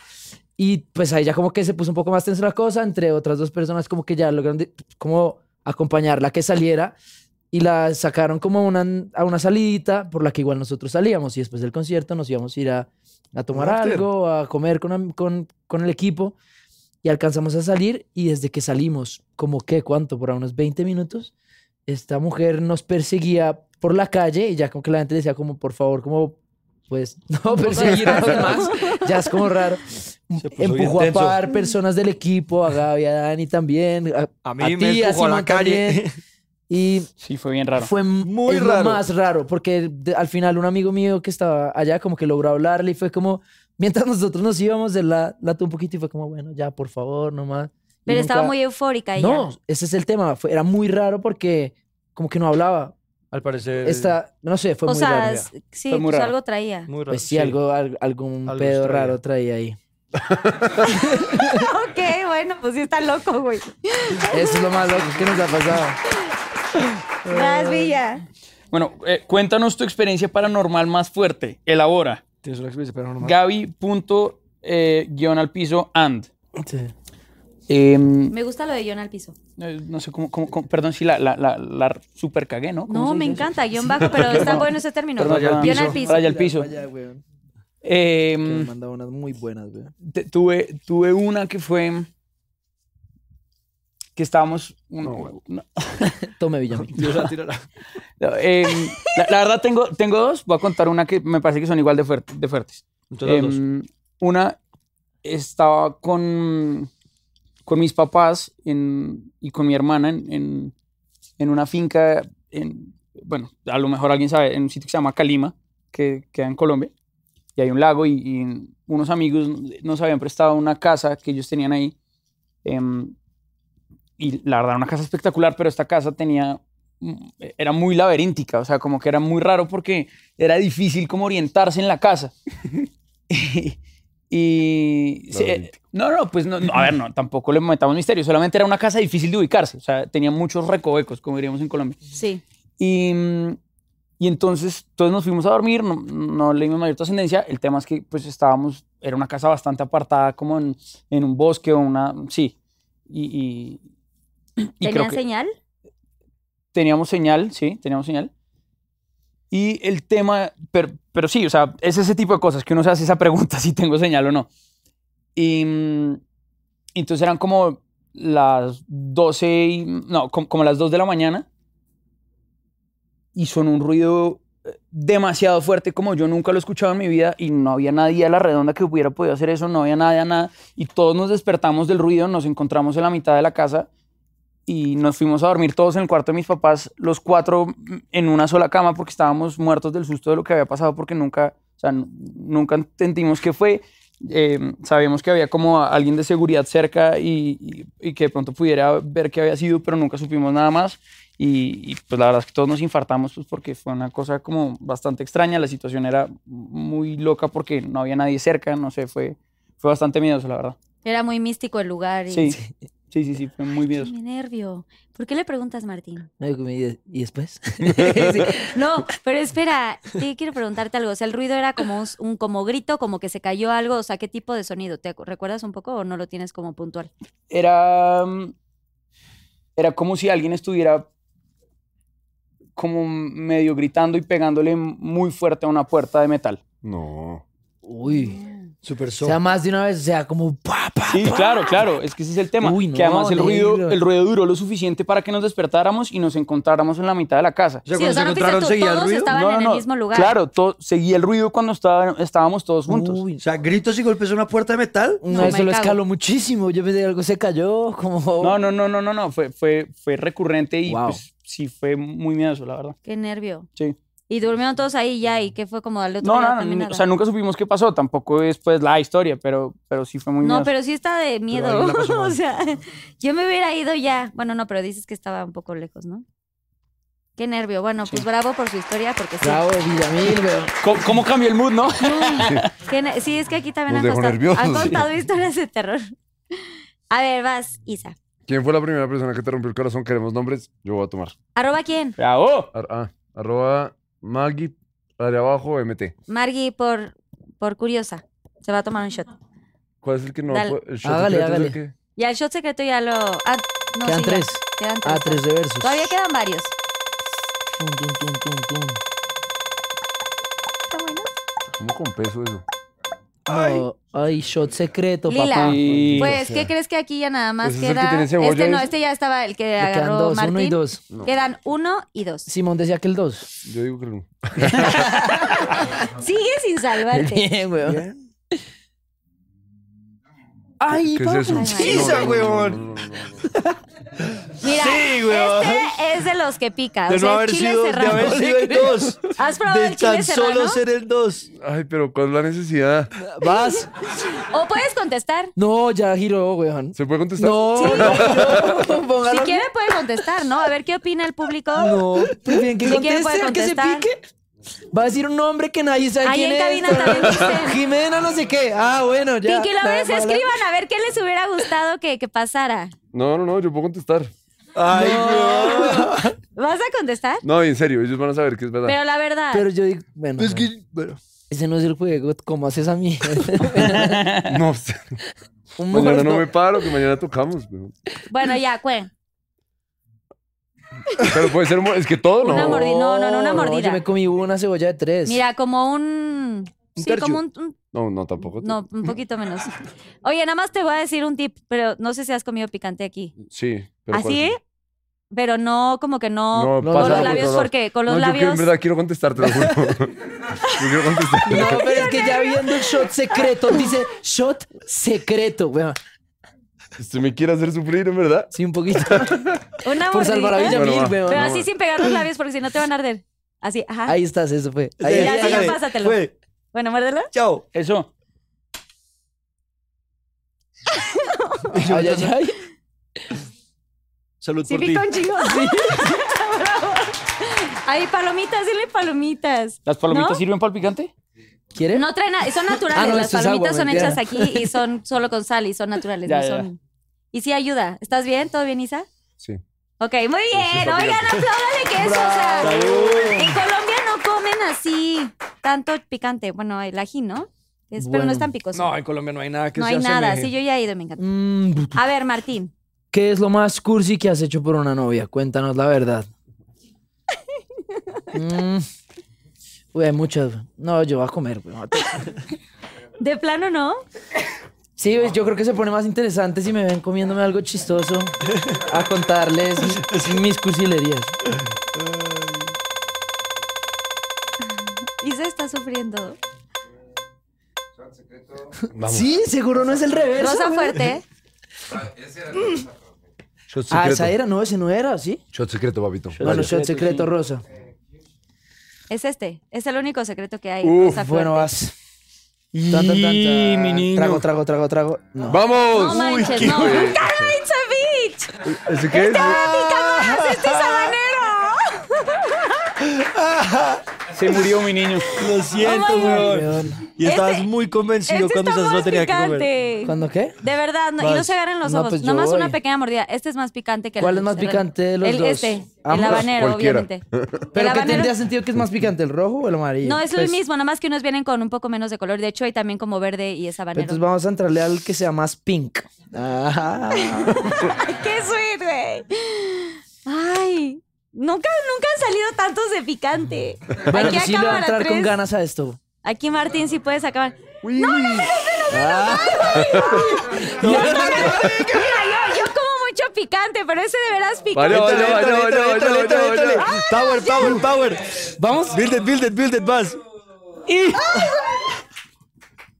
Speaker 5: Y pues ahí ya como que se puso un poco más tensa la cosa, entre otras dos personas como que ya lograron de- como acompañarla a que saliera y la sacaron como a una, a una salidita por la que igual nosotros salíamos y después del concierto nos íbamos a ir a, a tomar
Speaker 4: after.
Speaker 5: algo, a comer con, am- con, con el equipo y alcanzamos a salir y desde que salimos, como que cuánto, por ahí unos 20 minutos, esta mujer nos perseguía por la calle y ya como que la gente decía como por favor, como pues <laughs> no perseguir a los demás, ya es como raro.
Speaker 6: puso bien
Speaker 5: Empujó a
Speaker 6: tenso.
Speaker 5: par personas del equipo, a Gaby, a Dani también, a,
Speaker 6: A mí
Speaker 5: a
Speaker 6: me
Speaker 5: ti, a
Speaker 6: empujó a la
Speaker 5: Simón
Speaker 6: calle. <laughs>
Speaker 5: también. y
Speaker 3: Sí, fue bien raro.
Speaker 5: fue
Speaker 6: Muy
Speaker 5: muy
Speaker 6: raro.
Speaker 5: más raro, porque de- al final un amigo mío que estaba allá como que logró hablarle y fue como, mientras nosotros nos íbamos, él la, la tuvo un poquito y fue como, bueno, ya, por favor, nomás. Y
Speaker 2: Pero estaba
Speaker 5: nunca-
Speaker 2: muy eufórica ella.
Speaker 5: No, ese es el tema, fue- era muy raro porque como que no hablaba.
Speaker 6: Al parecer.
Speaker 5: Esta, no sé, fue
Speaker 2: o
Speaker 5: muy
Speaker 2: sea,
Speaker 5: Eh, raro.
Speaker 2: s- sí,
Speaker 3: Fue muy
Speaker 2: pues
Speaker 3: raro.
Speaker 2: algo traía.
Speaker 6: Muy raro.
Speaker 5: Pues sí, Algo, al- algún
Speaker 6: Algo
Speaker 5: pedo
Speaker 6: extraño.
Speaker 5: raro traía ahí.
Speaker 2: <laughs> ok, bueno, pues sí está loco, güey.
Speaker 5: Eso es lo más loco que nos ha pasado.
Speaker 2: Gracias, Villa.
Speaker 3: Bueno, eh, cuéntanos tu experiencia paranormal más fuerte. Elabora.
Speaker 6: Tienes una experiencia paranormal.
Speaker 3: Gaby punto eh, guión al piso and. Em,
Speaker 2: Me gusta lo de guión al piso.
Speaker 3: eh, no sé cómo, cómo- cómo- perdón si la, la, la, la super cagué, ¿no? ¿Cómo
Speaker 2: No,
Speaker 3: se
Speaker 2: me
Speaker 3: dice?
Speaker 2: encanta, guión bajo, pero <laughs> está bueno ese término.
Speaker 3: Perdón, perdón.
Speaker 2: Guión al piso.
Speaker 3: Raya al piso.
Speaker 5: Que me
Speaker 3: Em,
Speaker 5: mandaba unas muy buenas, güey.
Speaker 3: te- tuve, tuve una que fue que estábamos. eh, no,
Speaker 5: Tome, <laughs> Villamil.
Speaker 6: Yo la tirara.
Speaker 3: <laughs> no, em, la, la verdad, tengo, tengo dos. Voy a contar una que me parece que son igual de, fuert- de fuertes.
Speaker 6: Entonces, los dos.
Speaker 3: Em, Una estaba con, con mis papás en- y con mi hermana en, en- en una finca, en, bueno, a lo mejor alguien sabe, en un sitio que se llama Calima, que queda en Colombia, y hay un lago y, y unos amigos nos habían prestado una casa que ellos tenían ahí. em, y la verdad, una casa espectacular, pero esta casa tenía, mm, era muy laberíntica, o sea, como que era muy raro porque era difícil como orientarse en la casa. <laughs> y sí, eh,
Speaker 4: Laberíntico.
Speaker 3: no, no, pues no, no, a ver, no, tampoco le metamos misterio, solamente era una casa difícil de ubicarse, o sea, tenía muchos recovecos, como diríamos en Colombia.
Speaker 2: Sí.
Speaker 3: Y, mm, y entonces, todos nos fuimos a dormir, no, no le dimos mayor trascendencia. El tema es que, pues, estábamos, era una casa bastante apartada, como en, en un bosque o una. Sí. Y. y- y creo
Speaker 2: ¿Tenían
Speaker 3: que
Speaker 2: señal?
Speaker 3: teníamos señal, sí, teníamos señal. Y el tema, pero, pero sí, o sea, es ese tipo de cosas que uno se hace esa pregunta <laughs> si tengo señal o no. Y mm, entonces eran como las 12, y- no, com- como las 2 de la mañana. Y sonó un ruido eh, demasiado fuerte como yo nunca lo he escuchado en mi vida y no había nadie a la redonda que hubiera podido hacer eso, no había nadie a nada. Y todos nos despertamos del ruido, nos encontramos en la mitad de la casa y nos fuimos a dormir todos en el cuarto de mis papás, los cuatro mm, en una sola cama porque estábamos muertos del susto de lo que había pasado porque nunca, o sea, n- nunca entendimos qué fue. Eh, sabíamos que había como a- alguien de seguridad cerca y, y- y que de pronto pudiera ver qué había sido, pero nunca supimos nada más. Y, y, pues la verdad es que todos nos infartamos pues, porque fue una cosa como bastante extraña. La situación era muy loca porque no había nadie cerca, no sé, fue, fue bastante miedoso, la verdad.
Speaker 2: Era muy místico el lugar. y-
Speaker 3: Sí. Sí, sí, sí, fue muy miedoso.
Speaker 2: Mi nervio. ¿Por qué le preguntas, Martín?
Speaker 5: No, y, y <laughs> después.
Speaker 2: Sí. No, pero espera, sí, quiero preguntarte algo. O sea, el ruido era como un, un- como grito, como que se cayó algo. O sea, ¿qué tipo de sonido? ¿Te acu- recuerdas un poco o no lo tienes como puntual?
Speaker 3: Era. mm, Era como si alguien estuviera como medio gritando y pegándole muy fuerte a una puerta de metal.
Speaker 4: No.
Speaker 5: Uy.
Speaker 2: Ah.
Speaker 6: Super
Speaker 5: O sea, más de una vez, o sea, como pa, pa,
Speaker 3: Sí,
Speaker 5: pa.
Speaker 3: claro, claro. Es que ese es el tema.
Speaker 5: Uy, no,
Speaker 3: que además el
Speaker 5: negro.
Speaker 3: ruido, el ruido duró lo suficiente para que nos despertáramos y nos encontráramos en la mitad de la casa.
Speaker 6: O sea,
Speaker 2: Sí,
Speaker 6: cuando
Speaker 2: o sea,
Speaker 6: se
Speaker 2: no te dice
Speaker 6: encontraron,
Speaker 2: tú,
Speaker 6: seguía el
Speaker 2: todos
Speaker 6: ruido.
Speaker 2: estaban
Speaker 3: No, no,
Speaker 2: en
Speaker 3: no,
Speaker 2: el mismo lugar.
Speaker 3: Claro, to- seguía el ruido cuando estaba- estábamos todos juntos.
Speaker 5: Uy,
Speaker 6: O sea, gritos y golpes a una puerta de metal.
Speaker 5: una
Speaker 2: No,
Speaker 5: vez
Speaker 2: me
Speaker 5: se lo
Speaker 2: cago.
Speaker 5: escaló muchísimo. Yo pensé que algo se cayó, como...
Speaker 3: No, no, no, no, no, no. Fue, fue, fue recurrente y
Speaker 5: Wow.
Speaker 3: pues, sí fue muy miedoso, la verdad.
Speaker 2: Qué nervio.
Speaker 3: Sí.
Speaker 2: Y durmieron todos ahí ya y qué fue como al otro
Speaker 3: No,
Speaker 2: lado
Speaker 3: no,
Speaker 2: también
Speaker 3: no.
Speaker 2: nada?
Speaker 3: O sea, nunca supimos qué pasó. Tampoco es pues la historia, pero, pero sí fue muy
Speaker 2: No,
Speaker 3: miedoso.
Speaker 2: pero sí está de miedo.
Speaker 6: alguien la
Speaker 2: <laughs>
Speaker 6: pasó
Speaker 2: o
Speaker 6: mal.
Speaker 2: sea, yo me hubiera ido ya. Bueno, no, pero dices que estaba un poco lejos, ¿no? Qué nervio. Bueno, pues bravo por su historia, porque sí. <laughs>
Speaker 5: Bravo, Villamil, weón.
Speaker 3: ¿Cómo, cómo cambió el mood, no?
Speaker 2: Qué ne- sí, es que aquí también
Speaker 4: Nos
Speaker 2: han
Speaker 4: dejó
Speaker 2: costado- han
Speaker 4: nerviosos,
Speaker 2: contado,
Speaker 4: sí.
Speaker 2: historias de terror. A ver, vas, Isa.
Speaker 4: ¿Quién fue la primera persona que te rompió el corazón? Queremos nombres. Yo voy a tomar.
Speaker 2: ¿Arroba quién?
Speaker 3: Bravo.
Speaker 4: Ar- ah, arroba Maggie, área abajo, MT.
Speaker 2: Margui, por, por curiosa. Se va a tomar un shot.
Speaker 4: ¿Cuál es el que no?
Speaker 2: Dale.
Speaker 4: fue- El shot
Speaker 5: Hágale,
Speaker 4: secreto es el
Speaker 5: Ah, hágale.
Speaker 4: que-
Speaker 2: Ya el shot secreto ya lo. Ah, no,
Speaker 5: Quedan
Speaker 2: sí, ya.
Speaker 5: tres.
Speaker 2: Quedan tres.
Speaker 5: Ah, tres de versos.
Speaker 2: Todavía quedan varios.
Speaker 5: Tum, tum, tum, tum, tum.
Speaker 2: Está bueno.
Speaker 4: ¿Cómo con peso eso?
Speaker 5: No, ay, shot secreto,
Speaker 2: Lila.
Speaker 5: papá.
Speaker 3: Y-
Speaker 2: Pues, ¿qué crees que aquí ya nada más
Speaker 6: pues,
Speaker 4: Ese es el que
Speaker 2: queda?
Speaker 4: tiene cebolla,
Speaker 2: este no,
Speaker 4: ¿es?
Speaker 2: este ya estaba el que
Speaker 5: Le quedan
Speaker 2: agarró
Speaker 5: dos,
Speaker 2: Martín.
Speaker 5: uno y dos.
Speaker 2: Quedan uno y dos.
Speaker 5: Simón decía que el dos.
Speaker 4: Yo digo que no.
Speaker 2: Sigue sin salvarte.
Speaker 5: <laughs> Bien, weón. Ay,
Speaker 4: ¿Qué es eso?
Speaker 5: papá.
Speaker 6: Isa, huevón.
Speaker 4: no, no, no, no.
Speaker 2: Mira,
Speaker 6: Sí, weón.
Speaker 2: este es de los que pica.
Speaker 6: De
Speaker 2: o sea,
Speaker 6: no
Speaker 2: el
Speaker 6: haber
Speaker 2: chile
Speaker 6: sido, de
Speaker 2: serrano.
Speaker 6: haber sido el dos.
Speaker 2: <laughs> ¿Has probado
Speaker 6: De
Speaker 2: el chile
Speaker 6: tan solo
Speaker 2: serrano?
Speaker 6: ser el dos.
Speaker 4: Ay, pero ¿cuál es la necesidad?
Speaker 5: ¿Vas?
Speaker 2: O puedes contestar.
Speaker 5: No, ya giró, weón.
Speaker 4: ¿Se puede contestar?
Speaker 5: No,
Speaker 2: Sí.
Speaker 5: no,
Speaker 2: Si
Speaker 5: póngalo.
Speaker 2: quiere puede contestar, ¿no? A ver qué opina el público.
Speaker 5: No, prefieren que
Speaker 2: Si quiere,
Speaker 5: conteste
Speaker 2: puede
Speaker 5: al que se
Speaker 2: contestar.
Speaker 5: pique. Va a decir un nombre que nadie sabe
Speaker 2: Ahí
Speaker 5: quién
Speaker 2: en
Speaker 5: es.
Speaker 2: cabina
Speaker 5: pero-
Speaker 2: también dicen.
Speaker 5: <laughs> Jimena no sé qué. Ah, bueno, ya.
Speaker 2: Pinky
Speaker 5: Nada,
Speaker 2: Lovers,
Speaker 5: mala.
Speaker 2: escriban a ver qué les hubiera gustado que, que pasara.
Speaker 4: No, no, no, yo puedo contestar.
Speaker 6: Ay, weón.
Speaker 2: ¿Vas a contestar?
Speaker 4: No, en serio, ellos van a saber que es verdad.
Speaker 2: Pero la verdad.
Speaker 5: Pero yo digo, bueno,
Speaker 6: Es
Speaker 5: no,
Speaker 6: que, Pues bueno.
Speaker 5: ese no es el juego. ¿Cómo haces a mí? <laughs>
Speaker 4: <laughs> No, sé.
Speaker 5: Un
Speaker 4: mañana no
Speaker 5: muerto.
Speaker 4: me paro, que mañana tocamos. huevón.
Speaker 2: Bueno, ya, cuen.
Speaker 4: Pero puede ser, mo- es que todo,
Speaker 2: Una
Speaker 4: ¿no?
Speaker 2: mordida. No, no, no, una mordida.
Speaker 5: yo me comí una cebolla de tres.
Speaker 2: Mira, como un. Sí,
Speaker 6: tercio.
Speaker 2: como un- un
Speaker 4: No, no, tampoco.
Speaker 2: No,
Speaker 4: <laughs>
Speaker 2: un poquito menos. Oye, nada más te voy a decir un tip, pero no sé si has comido picante aquí.
Speaker 4: Sí. Pero ¿cuál
Speaker 2: ¿Así?
Speaker 4: es?
Speaker 2: Pero no, como que no.
Speaker 4: No,
Speaker 5: no,
Speaker 4: pasa
Speaker 2: con los
Speaker 4: por
Speaker 2: labios,
Speaker 4: otro lado.
Speaker 2: porque con los
Speaker 4: No, yo quiero-
Speaker 2: labios.
Speaker 4: en verdad quiero contestar, te lo
Speaker 2: <laughs>
Speaker 4: juro. yo quiero contestar.
Speaker 5: No, pero es que ya viendo el shot secreto, dice shot secreto, weón.
Speaker 4: Usted me quiere hacer sufrir, en verdad.
Speaker 5: Sí, un poquito.
Speaker 2: Una
Speaker 5: Por
Speaker 2: mordidita,
Speaker 5: salvar a
Speaker 4: Bueno,
Speaker 5: Villamil,
Speaker 4: va.
Speaker 5: weón.
Speaker 2: Pero
Speaker 4: No,
Speaker 2: así
Speaker 4: bueno.
Speaker 2: sin pegar los labios, porque si no te van a arder. Así, ajá.
Speaker 5: Ahí estás, eso fue. Ahí,
Speaker 2: Ya,
Speaker 5: ahí,
Speaker 2: sí, ya,
Speaker 5: ahí.
Speaker 2: pásatelo.
Speaker 6: Fue.
Speaker 2: Bueno, muérdelo.
Speaker 6: Chao.
Speaker 3: Eso.
Speaker 5: Ay, ay, ay.
Speaker 6: Salud
Speaker 2: Sí,
Speaker 6: por ti.
Speaker 2: pica un chingo. Bravo. Ay, palomitas, dile palomitas.
Speaker 3: ¿Las palomitas
Speaker 2: ¿No?
Speaker 3: sirven para el picante?
Speaker 5: ¿Quiere?
Speaker 2: No traen nada, son naturales.
Speaker 5: ¿Eh? Ah, no,
Speaker 2: Las
Speaker 5: esto es
Speaker 2: palomitas
Speaker 5: agua,
Speaker 2: son
Speaker 5: mentira.
Speaker 2: hechas aquí y son solo con sal y son naturales.
Speaker 5: <laughs>
Speaker 3: Ya,
Speaker 2: no
Speaker 3: ya, ya.
Speaker 2: son- Y sí ayuda. ¿Estás bien? ¿Todo bien, Isa?
Speaker 4: Sí.
Speaker 2: Ok, muy bien. Oigan, apláudale que eso, o sea, en Colombia no comen así tanto picante. Bueno, el ají, ¿no? Es- Pero no es
Speaker 5: Bueno.
Speaker 2: tan picoso.
Speaker 6: No, en Colombia no hay nada que
Speaker 2: No
Speaker 6: se
Speaker 2: hay nada.
Speaker 6: asemeje.
Speaker 2: Sí, yo ya he ido, me encanta.
Speaker 5: Mm,
Speaker 2: A ver, Martín.
Speaker 5: ¿Qué es lo más cursi que has hecho por una novia? Cuéntanos
Speaker 2: <laughs>
Speaker 5: la verdad. Mm. Uy, hay muchas. weón. No, yo voy a comer, weón.
Speaker 2: De plano, ¿no?
Speaker 5: Sí, pues, yo creo que se pone más interesante si me ven comiéndome algo chistoso a contarles mis cursilerías.
Speaker 2: Isa está sufriendo.
Speaker 5: Sí, seguro no es el reverso.
Speaker 2: Rosa
Speaker 5: weón.
Speaker 2: fuerte.
Speaker 4: Shot secreto.
Speaker 5: Ah, esa era, no, ese no era, ¿sí?
Speaker 4: Shot secreto, papito.
Speaker 5: Bueno,
Speaker 4: Vale.
Speaker 5: shot secreto rosa.
Speaker 2: Es este. Es el único secreto que hay.
Speaker 4: Uf,
Speaker 2: Rosa fuerte.
Speaker 5: Bueno, vas. Tan, tan, tan,
Speaker 3: Y,
Speaker 5: tan.
Speaker 3: mi niño.
Speaker 5: Trago, trago, trago, trago. No.
Speaker 2: No
Speaker 4: ¡Vamos!
Speaker 2: manches,
Speaker 4: qué
Speaker 2: no.
Speaker 4: güey.
Speaker 2: ¡Nunca lo he dicho, bitch!
Speaker 4: ¿Ese qué es?
Speaker 2: ¡Pica más! ¡Este es habanero!
Speaker 3: Se murió mi niño.
Speaker 6: Lo siento,
Speaker 2: my God.
Speaker 6: weón. Y estabas
Speaker 2: Este-
Speaker 6: muy convencido
Speaker 2: Este
Speaker 6: cuando
Speaker 2: está
Speaker 6: esas no
Speaker 2: más
Speaker 6: tenía que comer.
Speaker 2: picante.
Speaker 5: ¿Cuándo qué?
Speaker 2: De verdad, no, y
Speaker 6: Vas.
Speaker 2: no se agarren los
Speaker 5: No,
Speaker 2: ojos.
Speaker 5: pues yo
Speaker 2: Nomás
Speaker 5: voy.
Speaker 2: una pequeña mordida. Este es más picante que el
Speaker 5: ¿Cuál es
Speaker 2: otro,
Speaker 5: más
Speaker 2: se re-
Speaker 5: picante de los
Speaker 2: el,
Speaker 5: dos?
Speaker 2: Este, el
Speaker 5: Ambos,
Speaker 2: habanero,
Speaker 4: cualquiera.
Speaker 2: obviamente. el
Speaker 5: ¿Pero qué
Speaker 2: habanero.
Speaker 5: tendría sentido que es más picante, el rojo o el amarillo?
Speaker 2: No, es
Speaker 5: Pues-
Speaker 2: lo mismo, nada más que unos vienen con un poco menos de color. De hecho, hay también como verde y es habanero.
Speaker 5: Entonces vamos a entrarle al que sea más pink. Ah.
Speaker 2: ¡Qué sweet, güey! Ay, nunca, nunca han salido tantos de picante.
Speaker 5: Bueno,
Speaker 2: Aquí
Speaker 5: tú sí le
Speaker 2: acaba
Speaker 5: va a
Speaker 2: la
Speaker 5: entrar con
Speaker 2: tres.
Speaker 5: ganas a esto.
Speaker 2: Aquí, Martín, sí puedes acabar.
Speaker 6: No, no,
Speaker 2: Mira, yo, yo como mucho picante, pero ese de veras picante.
Speaker 4: Vale,
Speaker 6: no,
Speaker 4: vale, vale,
Speaker 6: no,
Speaker 4: vale,
Speaker 6: no,
Speaker 4: vale,
Speaker 6: no,
Speaker 4: vale,
Speaker 6: no,
Speaker 4: vale,
Speaker 6: no, no.
Speaker 4: vale.
Speaker 6: Power, power, power. Vamos. Build it, build it, build it, vas.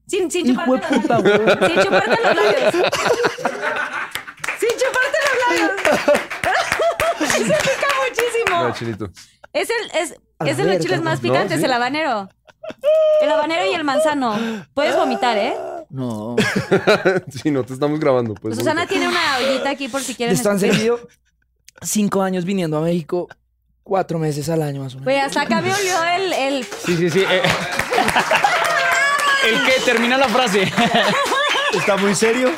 Speaker 2: Sin, sin
Speaker 5: Hijo de
Speaker 2: chuparte los
Speaker 5: puta,
Speaker 2: labios.
Speaker 5: güey.
Speaker 2: Sin chuparte los labios. Sin chuparte los labios. Ese pica
Speaker 4: Mira,
Speaker 2: muchísimo.
Speaker 4: chilito.
Speaker 2: Es el, es,
Speaker 5: A
Speaker 2: es de
Speaker 5: ver,
Speaker 2: los chiles más
Speaker 5: cabrón.
Speaker 2: picantes,
Speaker 4: No, sí.
Speaker 2: el habanero. El habanero y el manzano. Puedes vomitar, ¿eh?
Speaker 5: No.
Speaker 4: Sí, no te estamos grabando. Pues,
Speaker 2: Susana tiene una ollita aquí por si quieren.
Speaker 5: Están
Speaker 2: escupir.
Speaker 5: seguido cinco años viniendo a México, cuatro meses al año más o menos.
Speaker 2: Güey, hasta acá me olió el, el
Speaker 3: Sí, sí, sí. eh. El que termina la frase.
Speaker 6: ¿Está muy serio?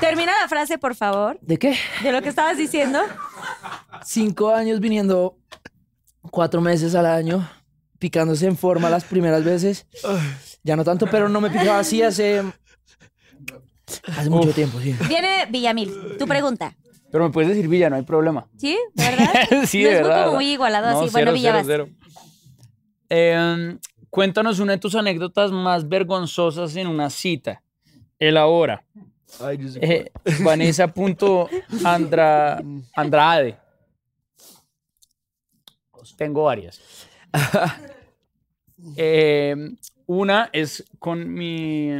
Speaker 2: Termina la frase, por favor,
Speaker 5: ¿De qué?
Speaker 2: de lo que estabas diciendo.
Speaker 5: Cinco años viniendo, cuatro meses al año, picándose en forma las primeras veces. Ya no tanto, pero no me picaba así hace. Hace mucho tiempo, sí.
Speaker 2: Viene Villamil, tu pregunta.
Speaker 3: Pero me puedes decir Villa, no hay problema.
Speaker 2: ¿Sí? ¿De ¿Verdad?
Speaker 3: <laughs> sí,
Speaker 2: no
Speaker 3: de
Speaker 2: es
Speaker 3: verdad.
Speaker 2: como muy igualado así. bueno, Villavas.
Speaker 3: Eh, cuéntanos una de tus anécdotas más vergonzosas en una cita. Elabora.
Speaker 6: Ay, yo sé
Speaker 3: Eh, <laughs> Vanessa.andra- Andrade. Tengo varias. Eh, una es con mi,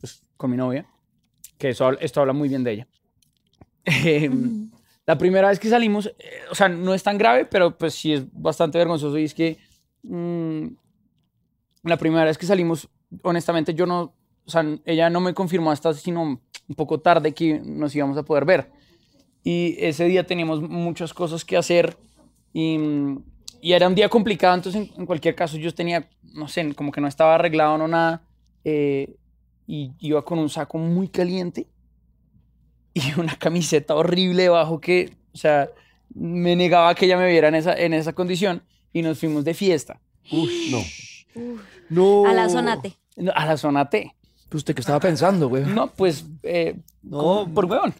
Speaker 3: pues, con mi novia, que eso, habla- esto habla muy bien de ella. Eh, la primera vez que salimos, eh, o sea, no es tan grave, pero pues sí es bastante vergonzoso y es que mm, la primera vez que salimos, honestamente yo no, o sea, ella no me confirmó hasta sino un poco tarde que nos íbamos a poder ver. Y ese día teníamos muchas cosas que hacer y, mm, y era un día complicado, entonces en, en cualquier caso yo tenía, no sé, como que no estaba arreglado, no nada, eh, y iba con un saco muy caliente y <laughs> una camiseta horrible debajo que, o sea, me negaba a que ella me viera en esa, en esa condición y nos fuimos de fiesta
Speaker 4: Uy, no.
Speaker 6: No.
Speaker 2: Eh, A la zonate.
Speaker 3: no, a la zona T.
Speaker 5: Pues, ¿Usted qué estaba pensando, güey?
Speaker 3: No, pues, eh,
Speaker 6: No,
Speaker 3: como por huevón.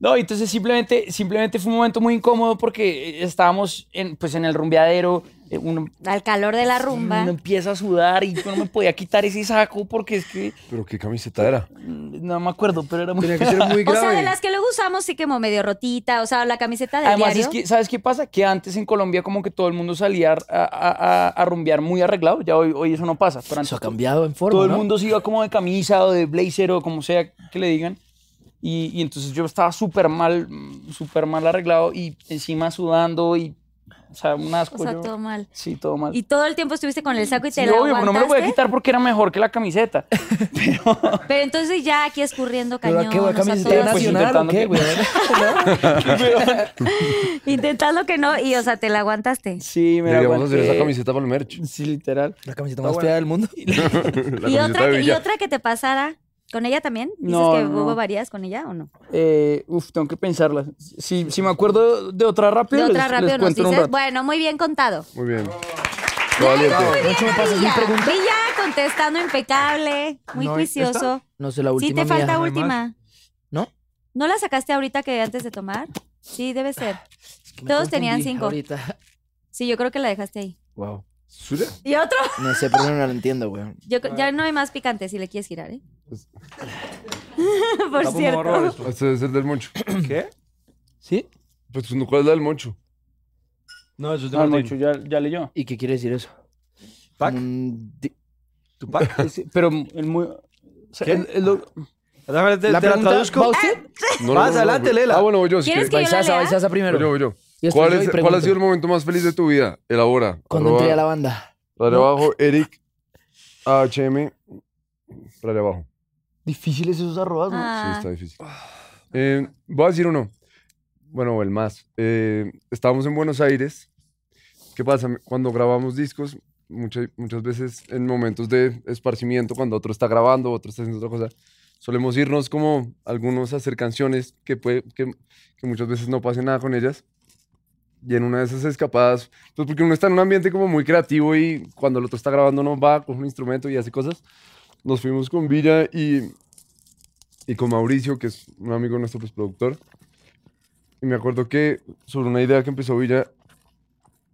Speaker 3: no, y entonces simplemente, simplemente fue un momento muy incómodo porque eh, estábamos en, pues, en el rumbeadero, eh, uno,
Speaker 2: Al calor de la rumba.
Speaker 3: uno empieza a sudar y yo no me podía quitar ese saco porque es que,
Speaker 4: Pero qué camiseta era.
Speaker 3: mm, no me acuerdo, pero era muy...
Speaker 6: Tenía que ser
Speaker 2: <laughs>
Speaker 6: muy
Speaker 2: O
Speaker 6: grave.
Speaker 2: sea, de las que luego usamos, sí, como medio rotita. O sea, la camiseta de
Speaker 3: Además, es
Speaker 2: diario.
Speaker 3: que, ¿sabes qué pasa? Que antes en Colombia como que todo el mundo salía a, a- a- a rumbear muy arreglado, ya hoy, hoy eso no pasa. Pero antes
Speaker 5: Eso ha cambiado en forma.
Speaker 3: Todo el
Speaker 5: ¿no?
Speaker 3: mundo se iba como de camisa o de blazer o como sea que le digan. Y, y entonces yo estaba súper mal, mm, súper mal arreglado y encima sudando y, o sea, un asco.
Speaker 2: O sea,
Speaker 3: Pues yo-
Speaker 2: todo mal.
Speaker 3: Sí, todo mal.
Speaker 2: Y todo el tiempo estuviste con el saco y te
Speaker 3: Sí,
Speaker 2: la
Speaker 3: obvio, pero no me lo voy a
Speaker 2: aguantaste.
Speaker 3: quitar porque era mejor que la camiseta.
Speaker 2: Pero entonces ya aquí escurriendo
Speaker 5: ¿Pero
Speaker 2: cañón.
Speaker 5: a qué, güey?
Speaker 2: o sea,
Speaker 5: ¿Camiseta
Speaker 2: todo
Speaker 3: Pues
Speaker 2: así.
Speaker 5: nacional o
Speaker 3: intentando
Speaker 5: qué,
Speaker 3: que-
Speaker 5: güey?
Speaker 2: <laughs> Intentando que no, y o sea, te la aguantaste.
Speaker 3: <laughs> Sí, me la
Speaker 4: Deberíamos hacer esa
Speaker 2: eh,
Speaker 3: aguanté.
Speaker 4: camiseta para el merch.
Speaker 3: Sí, literal.
Speaker 5: La camiseta
Speaker 3: Está
Speaker 5: más
Speaker 3: buena.
Speaker 5: fea del mundo. <laughs>
Speaker 4: <laughs> La
Speaker 2: ¿Y
Speaker 4: camiseta
Speaker 2: otra,
Speaker 4: de
Speaker 2: que, y
Speaker 4: Villa.
Speaker 2: otra que te pasara con ella también? ¿Dices
Speaker 3: No,
Speaker 2: que
Speaker 3: no, no.
Speaker 2: hubo varias con ella o no?
Speaker 3: Eh, uf, tengo que pensarla. Si, si me acuerdo de otra rápido,
Speaker 2: De otra
Speaker 3: les,
Speaker 2: rápido
Speaker 3: les
Speaker 2: nos
Speaker 3: cuento en un
Speaker 2: dices.
Speaker 3: rato.
Speaker 2: Bueno, muy bien contado.
Speaker 4: Muy bien. Qué valiente.
Speaker 2: Muy
Speaker 5: hecho,
Speaker 2: bien,
Speaker 5: ¿me pasas mi
Speaker 2: Villa.
Speaker 5: pregunta?
Speaker 2: Villa contestando impecable, muy
Speaker 6: No,
Speaker 2: juicioso.
Speaker 5: No sé, la
Speaker 2: Sí,
Speaker 5: última
Speaker 2: te falta
Speaker 5: mía.
Speaker 2: última.
Speaker 5: ¿No?
Speaker 2: ¿No la sacaste ahorita que antes de tomar? Sí, debe ser.
Speaker 5: Es que me
Speaker 2: Todos tenían
Speaker 5: confundí
Speaker 2: cinco.
Speaker 5: ahorita.
Speaker 2: Sí, yo creo que la dejaste ahí.
Speaker 4: Wow. ¿Sura?
Speaker 2: ¿Y otro?
Speaker 5: No sé, pero no lo entiendo, güey.
Speaker 2: Yo cre- ya no hay más picante si le quieres girar, ¿eh? <laughs> Por cierto.
Speaker 4: Este debe ser del Moncho.
Speaker 6: ¿Qué?
Speaker 5: ¿Sí?
Speaker 4: Pues tú no cuál es la del Moncho.
Speaker 6: No, eso es de
Speaker 3: No,
Speaker 6: Martín.
Speaker 3: Moncho, ya, ya <laughs> leyó.
Speaker 5: ¿Y qué quiere decir eso?
Speaker 6: Pac.
Speaker 5: Mm, di-
Speaker 6: ¿Tu pack?
Speaker 3: Sí, Este, Pero el muy... o sea,
Speaker 6: ¿Qué?
Speaker 3: el- el- lo-
Speaker 6: Déjame, te,
Speaker 5: La
Speaker 6: te la
Speaker 5: pregunta,
Speaker 6: traduzco.
Speaker 5: ¿va usted?
Speaker 4: No,
Speaker 6: Vas,
Speaker 4: no, no,
Speaker 6: adelante,
Speaker 4: voy-
Speaker 6: léela.
Speaker 4: Ah, bueno, voy yo. si
Speaker 2: ¿Quieres
Speaker 4: quieres.
Speaker 2: que yo la
Speaker 5: Baisasa,
Speaker 2: lea?
Speaker 5: Baisasa primero.
Speaker 4: Voy yo, voy yo.
Speaker 5: Y después
Speaker 4: ¿Cuál,
Speaker 5: yo y
Speaker 4: es- cuál
Speaker 5: pregunto.
Speaker 4: ha sido el momento más feliz de tu vida? Elabora.
Speaker 5: Cuando
Speaker 4: Arroba-
Speaker 5: entré a la banda.
Speaker 4: Dale abajo, Eric AHM. Dale abajo.
Speaker 3: Difíciles esos arrobas, ¿no?
Speaker 4: Sí,
Speaker 2: Ah,
Speaker 4: está difícil. Eh, voy a decir uno. bueno, o el más. Eh, estábamos en Buenos Aires. ¿Qué pasa? Cuando grabamos discos, muchas, muchas veces en momentos de esparcimiento, cuando otro está grabando, otro está haciendo otra cosa, solemos irnos como algunos a hacer canciones que, puede, que, que muchas veces no pase nada con ellas. Y en una de esas escapadas, pues porque uno está en un ambiente como muy creativo y cuando el otro está grabando no va, coge un instrumento y hace cosas. Nos fuimos con Villa y, y con Mauricio, que es un amigo nuestro pues, productor. Y me acuerdo que sobre una idea que empezó Villa,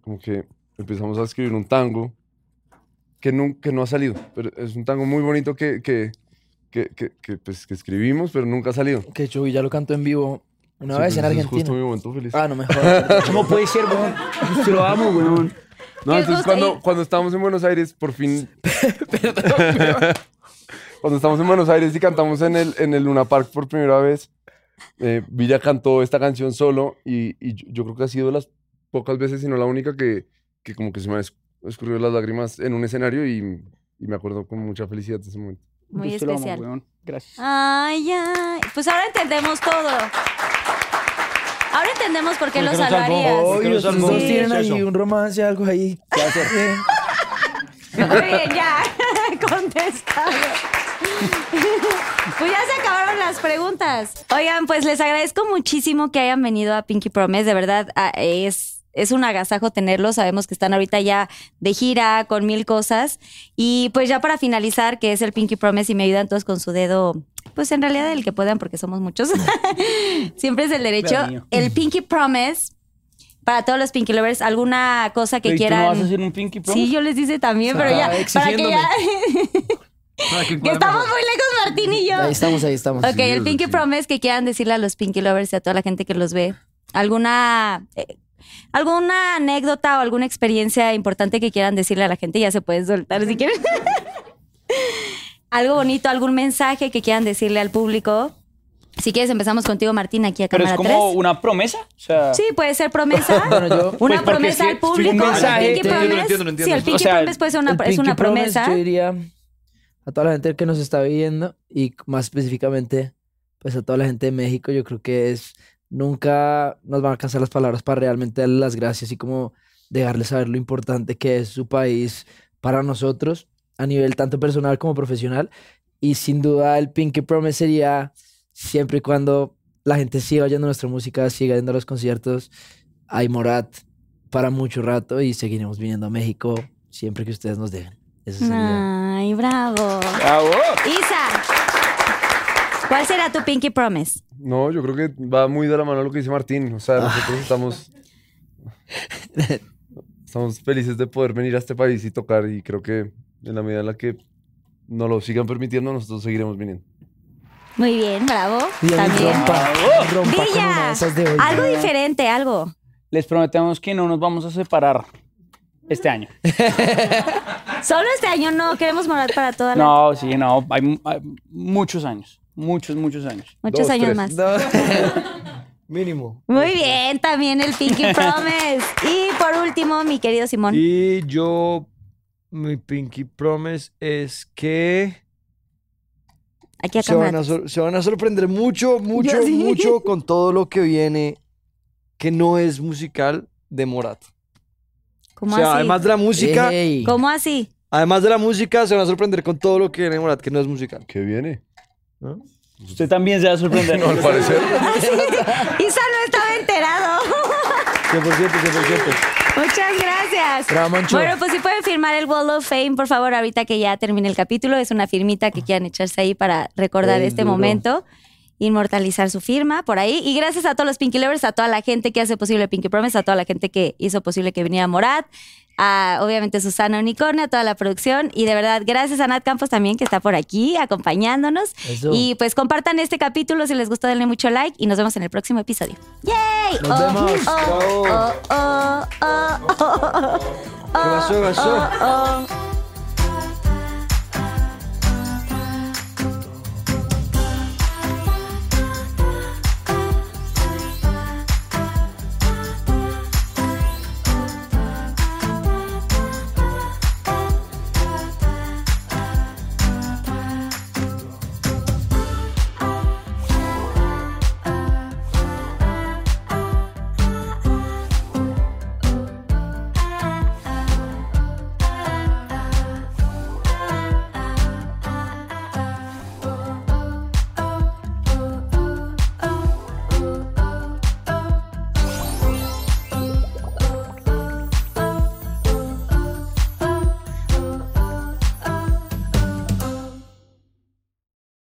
Speaker 4: como que empezamos a escribir un tango que no, que no ha salido. Pero es un tango muy bonito que, que, que, que, que, pues, que escribimos, pero nunca ha salido.
Speaker 5: Que hecho ya lo cantó en vivo una vez
Speaker 4: Sí, pues,
Speaker 5: en
Speaker 4: ese es
Speaker 5: Argentina.
Speaker 4: justo mi momento feliz.
Speaker 5: Ah, no me
Speaker 4: <laughs>
Speaker 5: jodas.
Speaker 3: ¿Cómo puede ser, weón? Yo lo amo, weón.
Speaker 4: No,
Speaker 2: ¿Qué
Speaker 4: entonces
Speaker 2: gusta
Speaker 4: cuando,
Speaker 2: ir?
Speaker 4: cuando estábamos en Buenos Aires, por
Speaker 3: <laughs>
Speaker 4: fin. cuando estamos en Buenos Aires y cantamos en el, en el Luna Park por primera vez, eh, Villa cantó esta canción solo y, y yo, yo creo que ha sido las pocas veces, si no la única, que, que como que se me han esc- escurrido las lágrimas en un escenario y, y me acuerdo con mucha felicidad de ese momento.
Speaker 2: Muy
Speaker 3: Yo pues, te lo amo,
Speaker 2: especial.
Speaker 3: weón. Gracias.
Speaker 2: Ay, ay. Pues ahora entendemos todo. Ahora entendemos por qué lo
Speaker 6: Porque nos salvó.
Speaker 2: salvarías.
Speaker 6: ¿Por qué
Speaker 5: Obvio,
Speaker 6: nos
Speaker 5: los
Speaker 6: salvó?
Speaker 5: dos
Speaker 2: Sí.
Speaker 5: tienen ahí
Speaker 6: Eso.
Speaker 5: un romance, algo ahí.
Speaker 2: Muy bien, ya. <laughs> Contestado. Pues ya se acabaron las preguntas. Oigan, pues les agradezco muchísimo que hayan venido a Pinky Promise. De verdad, a- es, es un agasajo tenerlos. Sabemos que están ahorita ya de gira con mil cosas. Y pues ya para finalizar, que es el Pinky Promise, y me ayudan todos con su dedo. Pues en realidad el que puedan, porque somos muchos. <laughs> Siempre es el
Speaker 3: Claro,
Speaker 2: derecho.
Speaker 3: niño.
Speaker 2: El Pinky Promise, para todos los Pinky Lovers, alguna cosa que
Speaker 3: ¿Y tú
Speaker 2: quieran.
Speaker 3: no vas a hacer un pinky promise?
Speaker 2: Sí, yo les hice también, pero
Speaker 5: Ah,
Speaker 2: ya. Para <laughs> que ya.
Speaker 6: Ah,
Speaker 2: que estamos muy lejos, Martín y yo.
Speaker 5: <laughs> Ahí estamos, ahí estamos.
Speaker 2: Ok, el Pinky Promise que quieran decirle a los Pinky Lovers y a toda la gente que los ve. ¿Alguna. eh, ¿Alguna anécdota o alguna experiencia importante que quieran decirle a la gente? Ya se puede soltar si quieren. <laughs> Algo bonito, algún mensaje que quieran decirle al público. Si quieres, empezamos contigo, Martín, aquí a
Speaker 3: Pero es
Speaker 2: cámara
Speaker 3: como
Speaker 2: 3.
Speaker 3: una promesa. O sea,
Speaker 2: Sí, puede ser
Speaker 3: <laughs>
Speaker 2: promesa.
Speaker 5: Bueno, yo-
Speaker 2: una
Speaker 3: Pues porque
Speaker 2: promesa
Speaker 3: si-
Speaker 2: al público.
Speaker 3: un
Speaker 2: el
Speaker 3: mensaje-
Speaker 2: Pinky
Speaker 5: Yo
Speaker 6: no
Speaker 2: Promise-
Speaker 6: entiendo, no entiendo.
Speaker 2: Sí, el
Speaker 6: O
Speaker 2: Pinky
Speaker 3: sea,
Speaker 2: Promise puede ser una,
Speaker 5: El
Speaker 2: es una
Speaker 5: Pinky Promise,
Speaker 2: promesa.
Speaker 5: Yo diría a toda la gente que nos está viendo y más específicamente pues a toda la gente de México, yo creo que es nunca nos van a alcanzar las palabras para realmente darles las gracias y como dejarles saber lo importante que es su país para nosotros a nivel tanto personal como profesional y sin duda el Pinky Promise sería siempre y cuando la gente siga oyendo nuestra música, siga yendo a los conciertos, hay Morat para mucho rato y seguiremos viniendo a México siempre que ustedes nos dejen. Eso sería.
Speaker 2: Ay, bravo.
Speaker 3: bravo.
Speaker 2: Isa, ¿cuál será tu Pinky Promise?
Speaker 4: No, yo creo que va muy de la mano lo que dice Martín. O sea, nosotros estamos. Estamos felices de poder venir a este país y tocar. Y creo que en la medida en la que nos lo sigan permitiendo, nosotros seguiremos viniendo.
Speaker 2: Muy bien, bravo.
Speaker 5: Diana
Speaker 2: También.
Speaker 5: Rompa, rompa con una de
Speaker 2: Villa,
Speaker 5: esas de hoy.
Speaker 2: algo diferente, algo.
Speaker 3: Les prometemos que no nos vamos a separar este año.
Speaker 2: Solo este año no, queremos morar para toda la...
Speaker 3: No, sí, no. Hay, mu- hay muchos años. Muchos, muchos años.
Speaker 2: Muchos
Speaker 4: dos,
Speaker 2: años
Speaker 4: tres.
Speaker 2: más. <laughs>
Speaker 6: Mínimo.
Speaker 2: Muy bien, también el Pinky Promise. Y por último, mi querido Simón.
Speaker 6: Y yo, mi pinky promise es que
Speaker 2: Aquí a
Speaker 6: se van
Speaker 2: cámara.
Speaker 6: a, sor- se van a
Speaker 2: <laughs>
Speaker 6: sorprender mucho, mucho,
Speaker 2: sí.
Speaker 6: mucho con todo lo que viene que no es musical de Morat. O
Speaker 2: ¿Cómo
Speaker 6: sea,
Speaker 2: así? Eh.
Speaker 6: además de la música,
Speaker 5: Ey.
Speaker 2: ¿Cómo así?
Speaker 6: además de la música, se van a sorprender con todo lo que viene de Morat, que no es musical.
Speaker 4: ¿Qué viene?
Speaker 3: Usted también se va a sorprender.
Speaker 4: Al parecer.
Speaker 2: Isa no estaba enterado.
Speaker 6: 100%, 100%.
Speaker 2: Muchas gracias.
Speaker 5: Bravo, Moncho.
Speaker 2: Bueno, pues si pueden firmar el Wall of Fame, por favor, ahorita que ya termine el capítulo, es una firmita que quieran echarse ahí para recordar
Speaker 5: Ey,
Speaker 2: este
Speaker 5: duro.
Speaker 2: momento, inmortalizar su firma por ahí. Y gracias a todos los Pinky Lovers, a toda la gente que hace posible Pinky Promise, a toda la gente que hizo posible que viniera Morat, a obviamente Susana Unicornio, a toda la producción. Y de verdad, gracias a Nat Campos también que está por aquí acompañándonos.
Speaker 5: Eso.
Speaker 2: Y pues compartan este capítulo si les gustó, denle mucho like y nos vemos en el próximo episodio. ¡Yay!
Speaker 5: Nos vemos.
Speaker 2: oh, oh, oh, oh, oh.
Speaker 6: ¿Qué pasó? ¿Qué pasó?
Speaker 2: Oh, oh,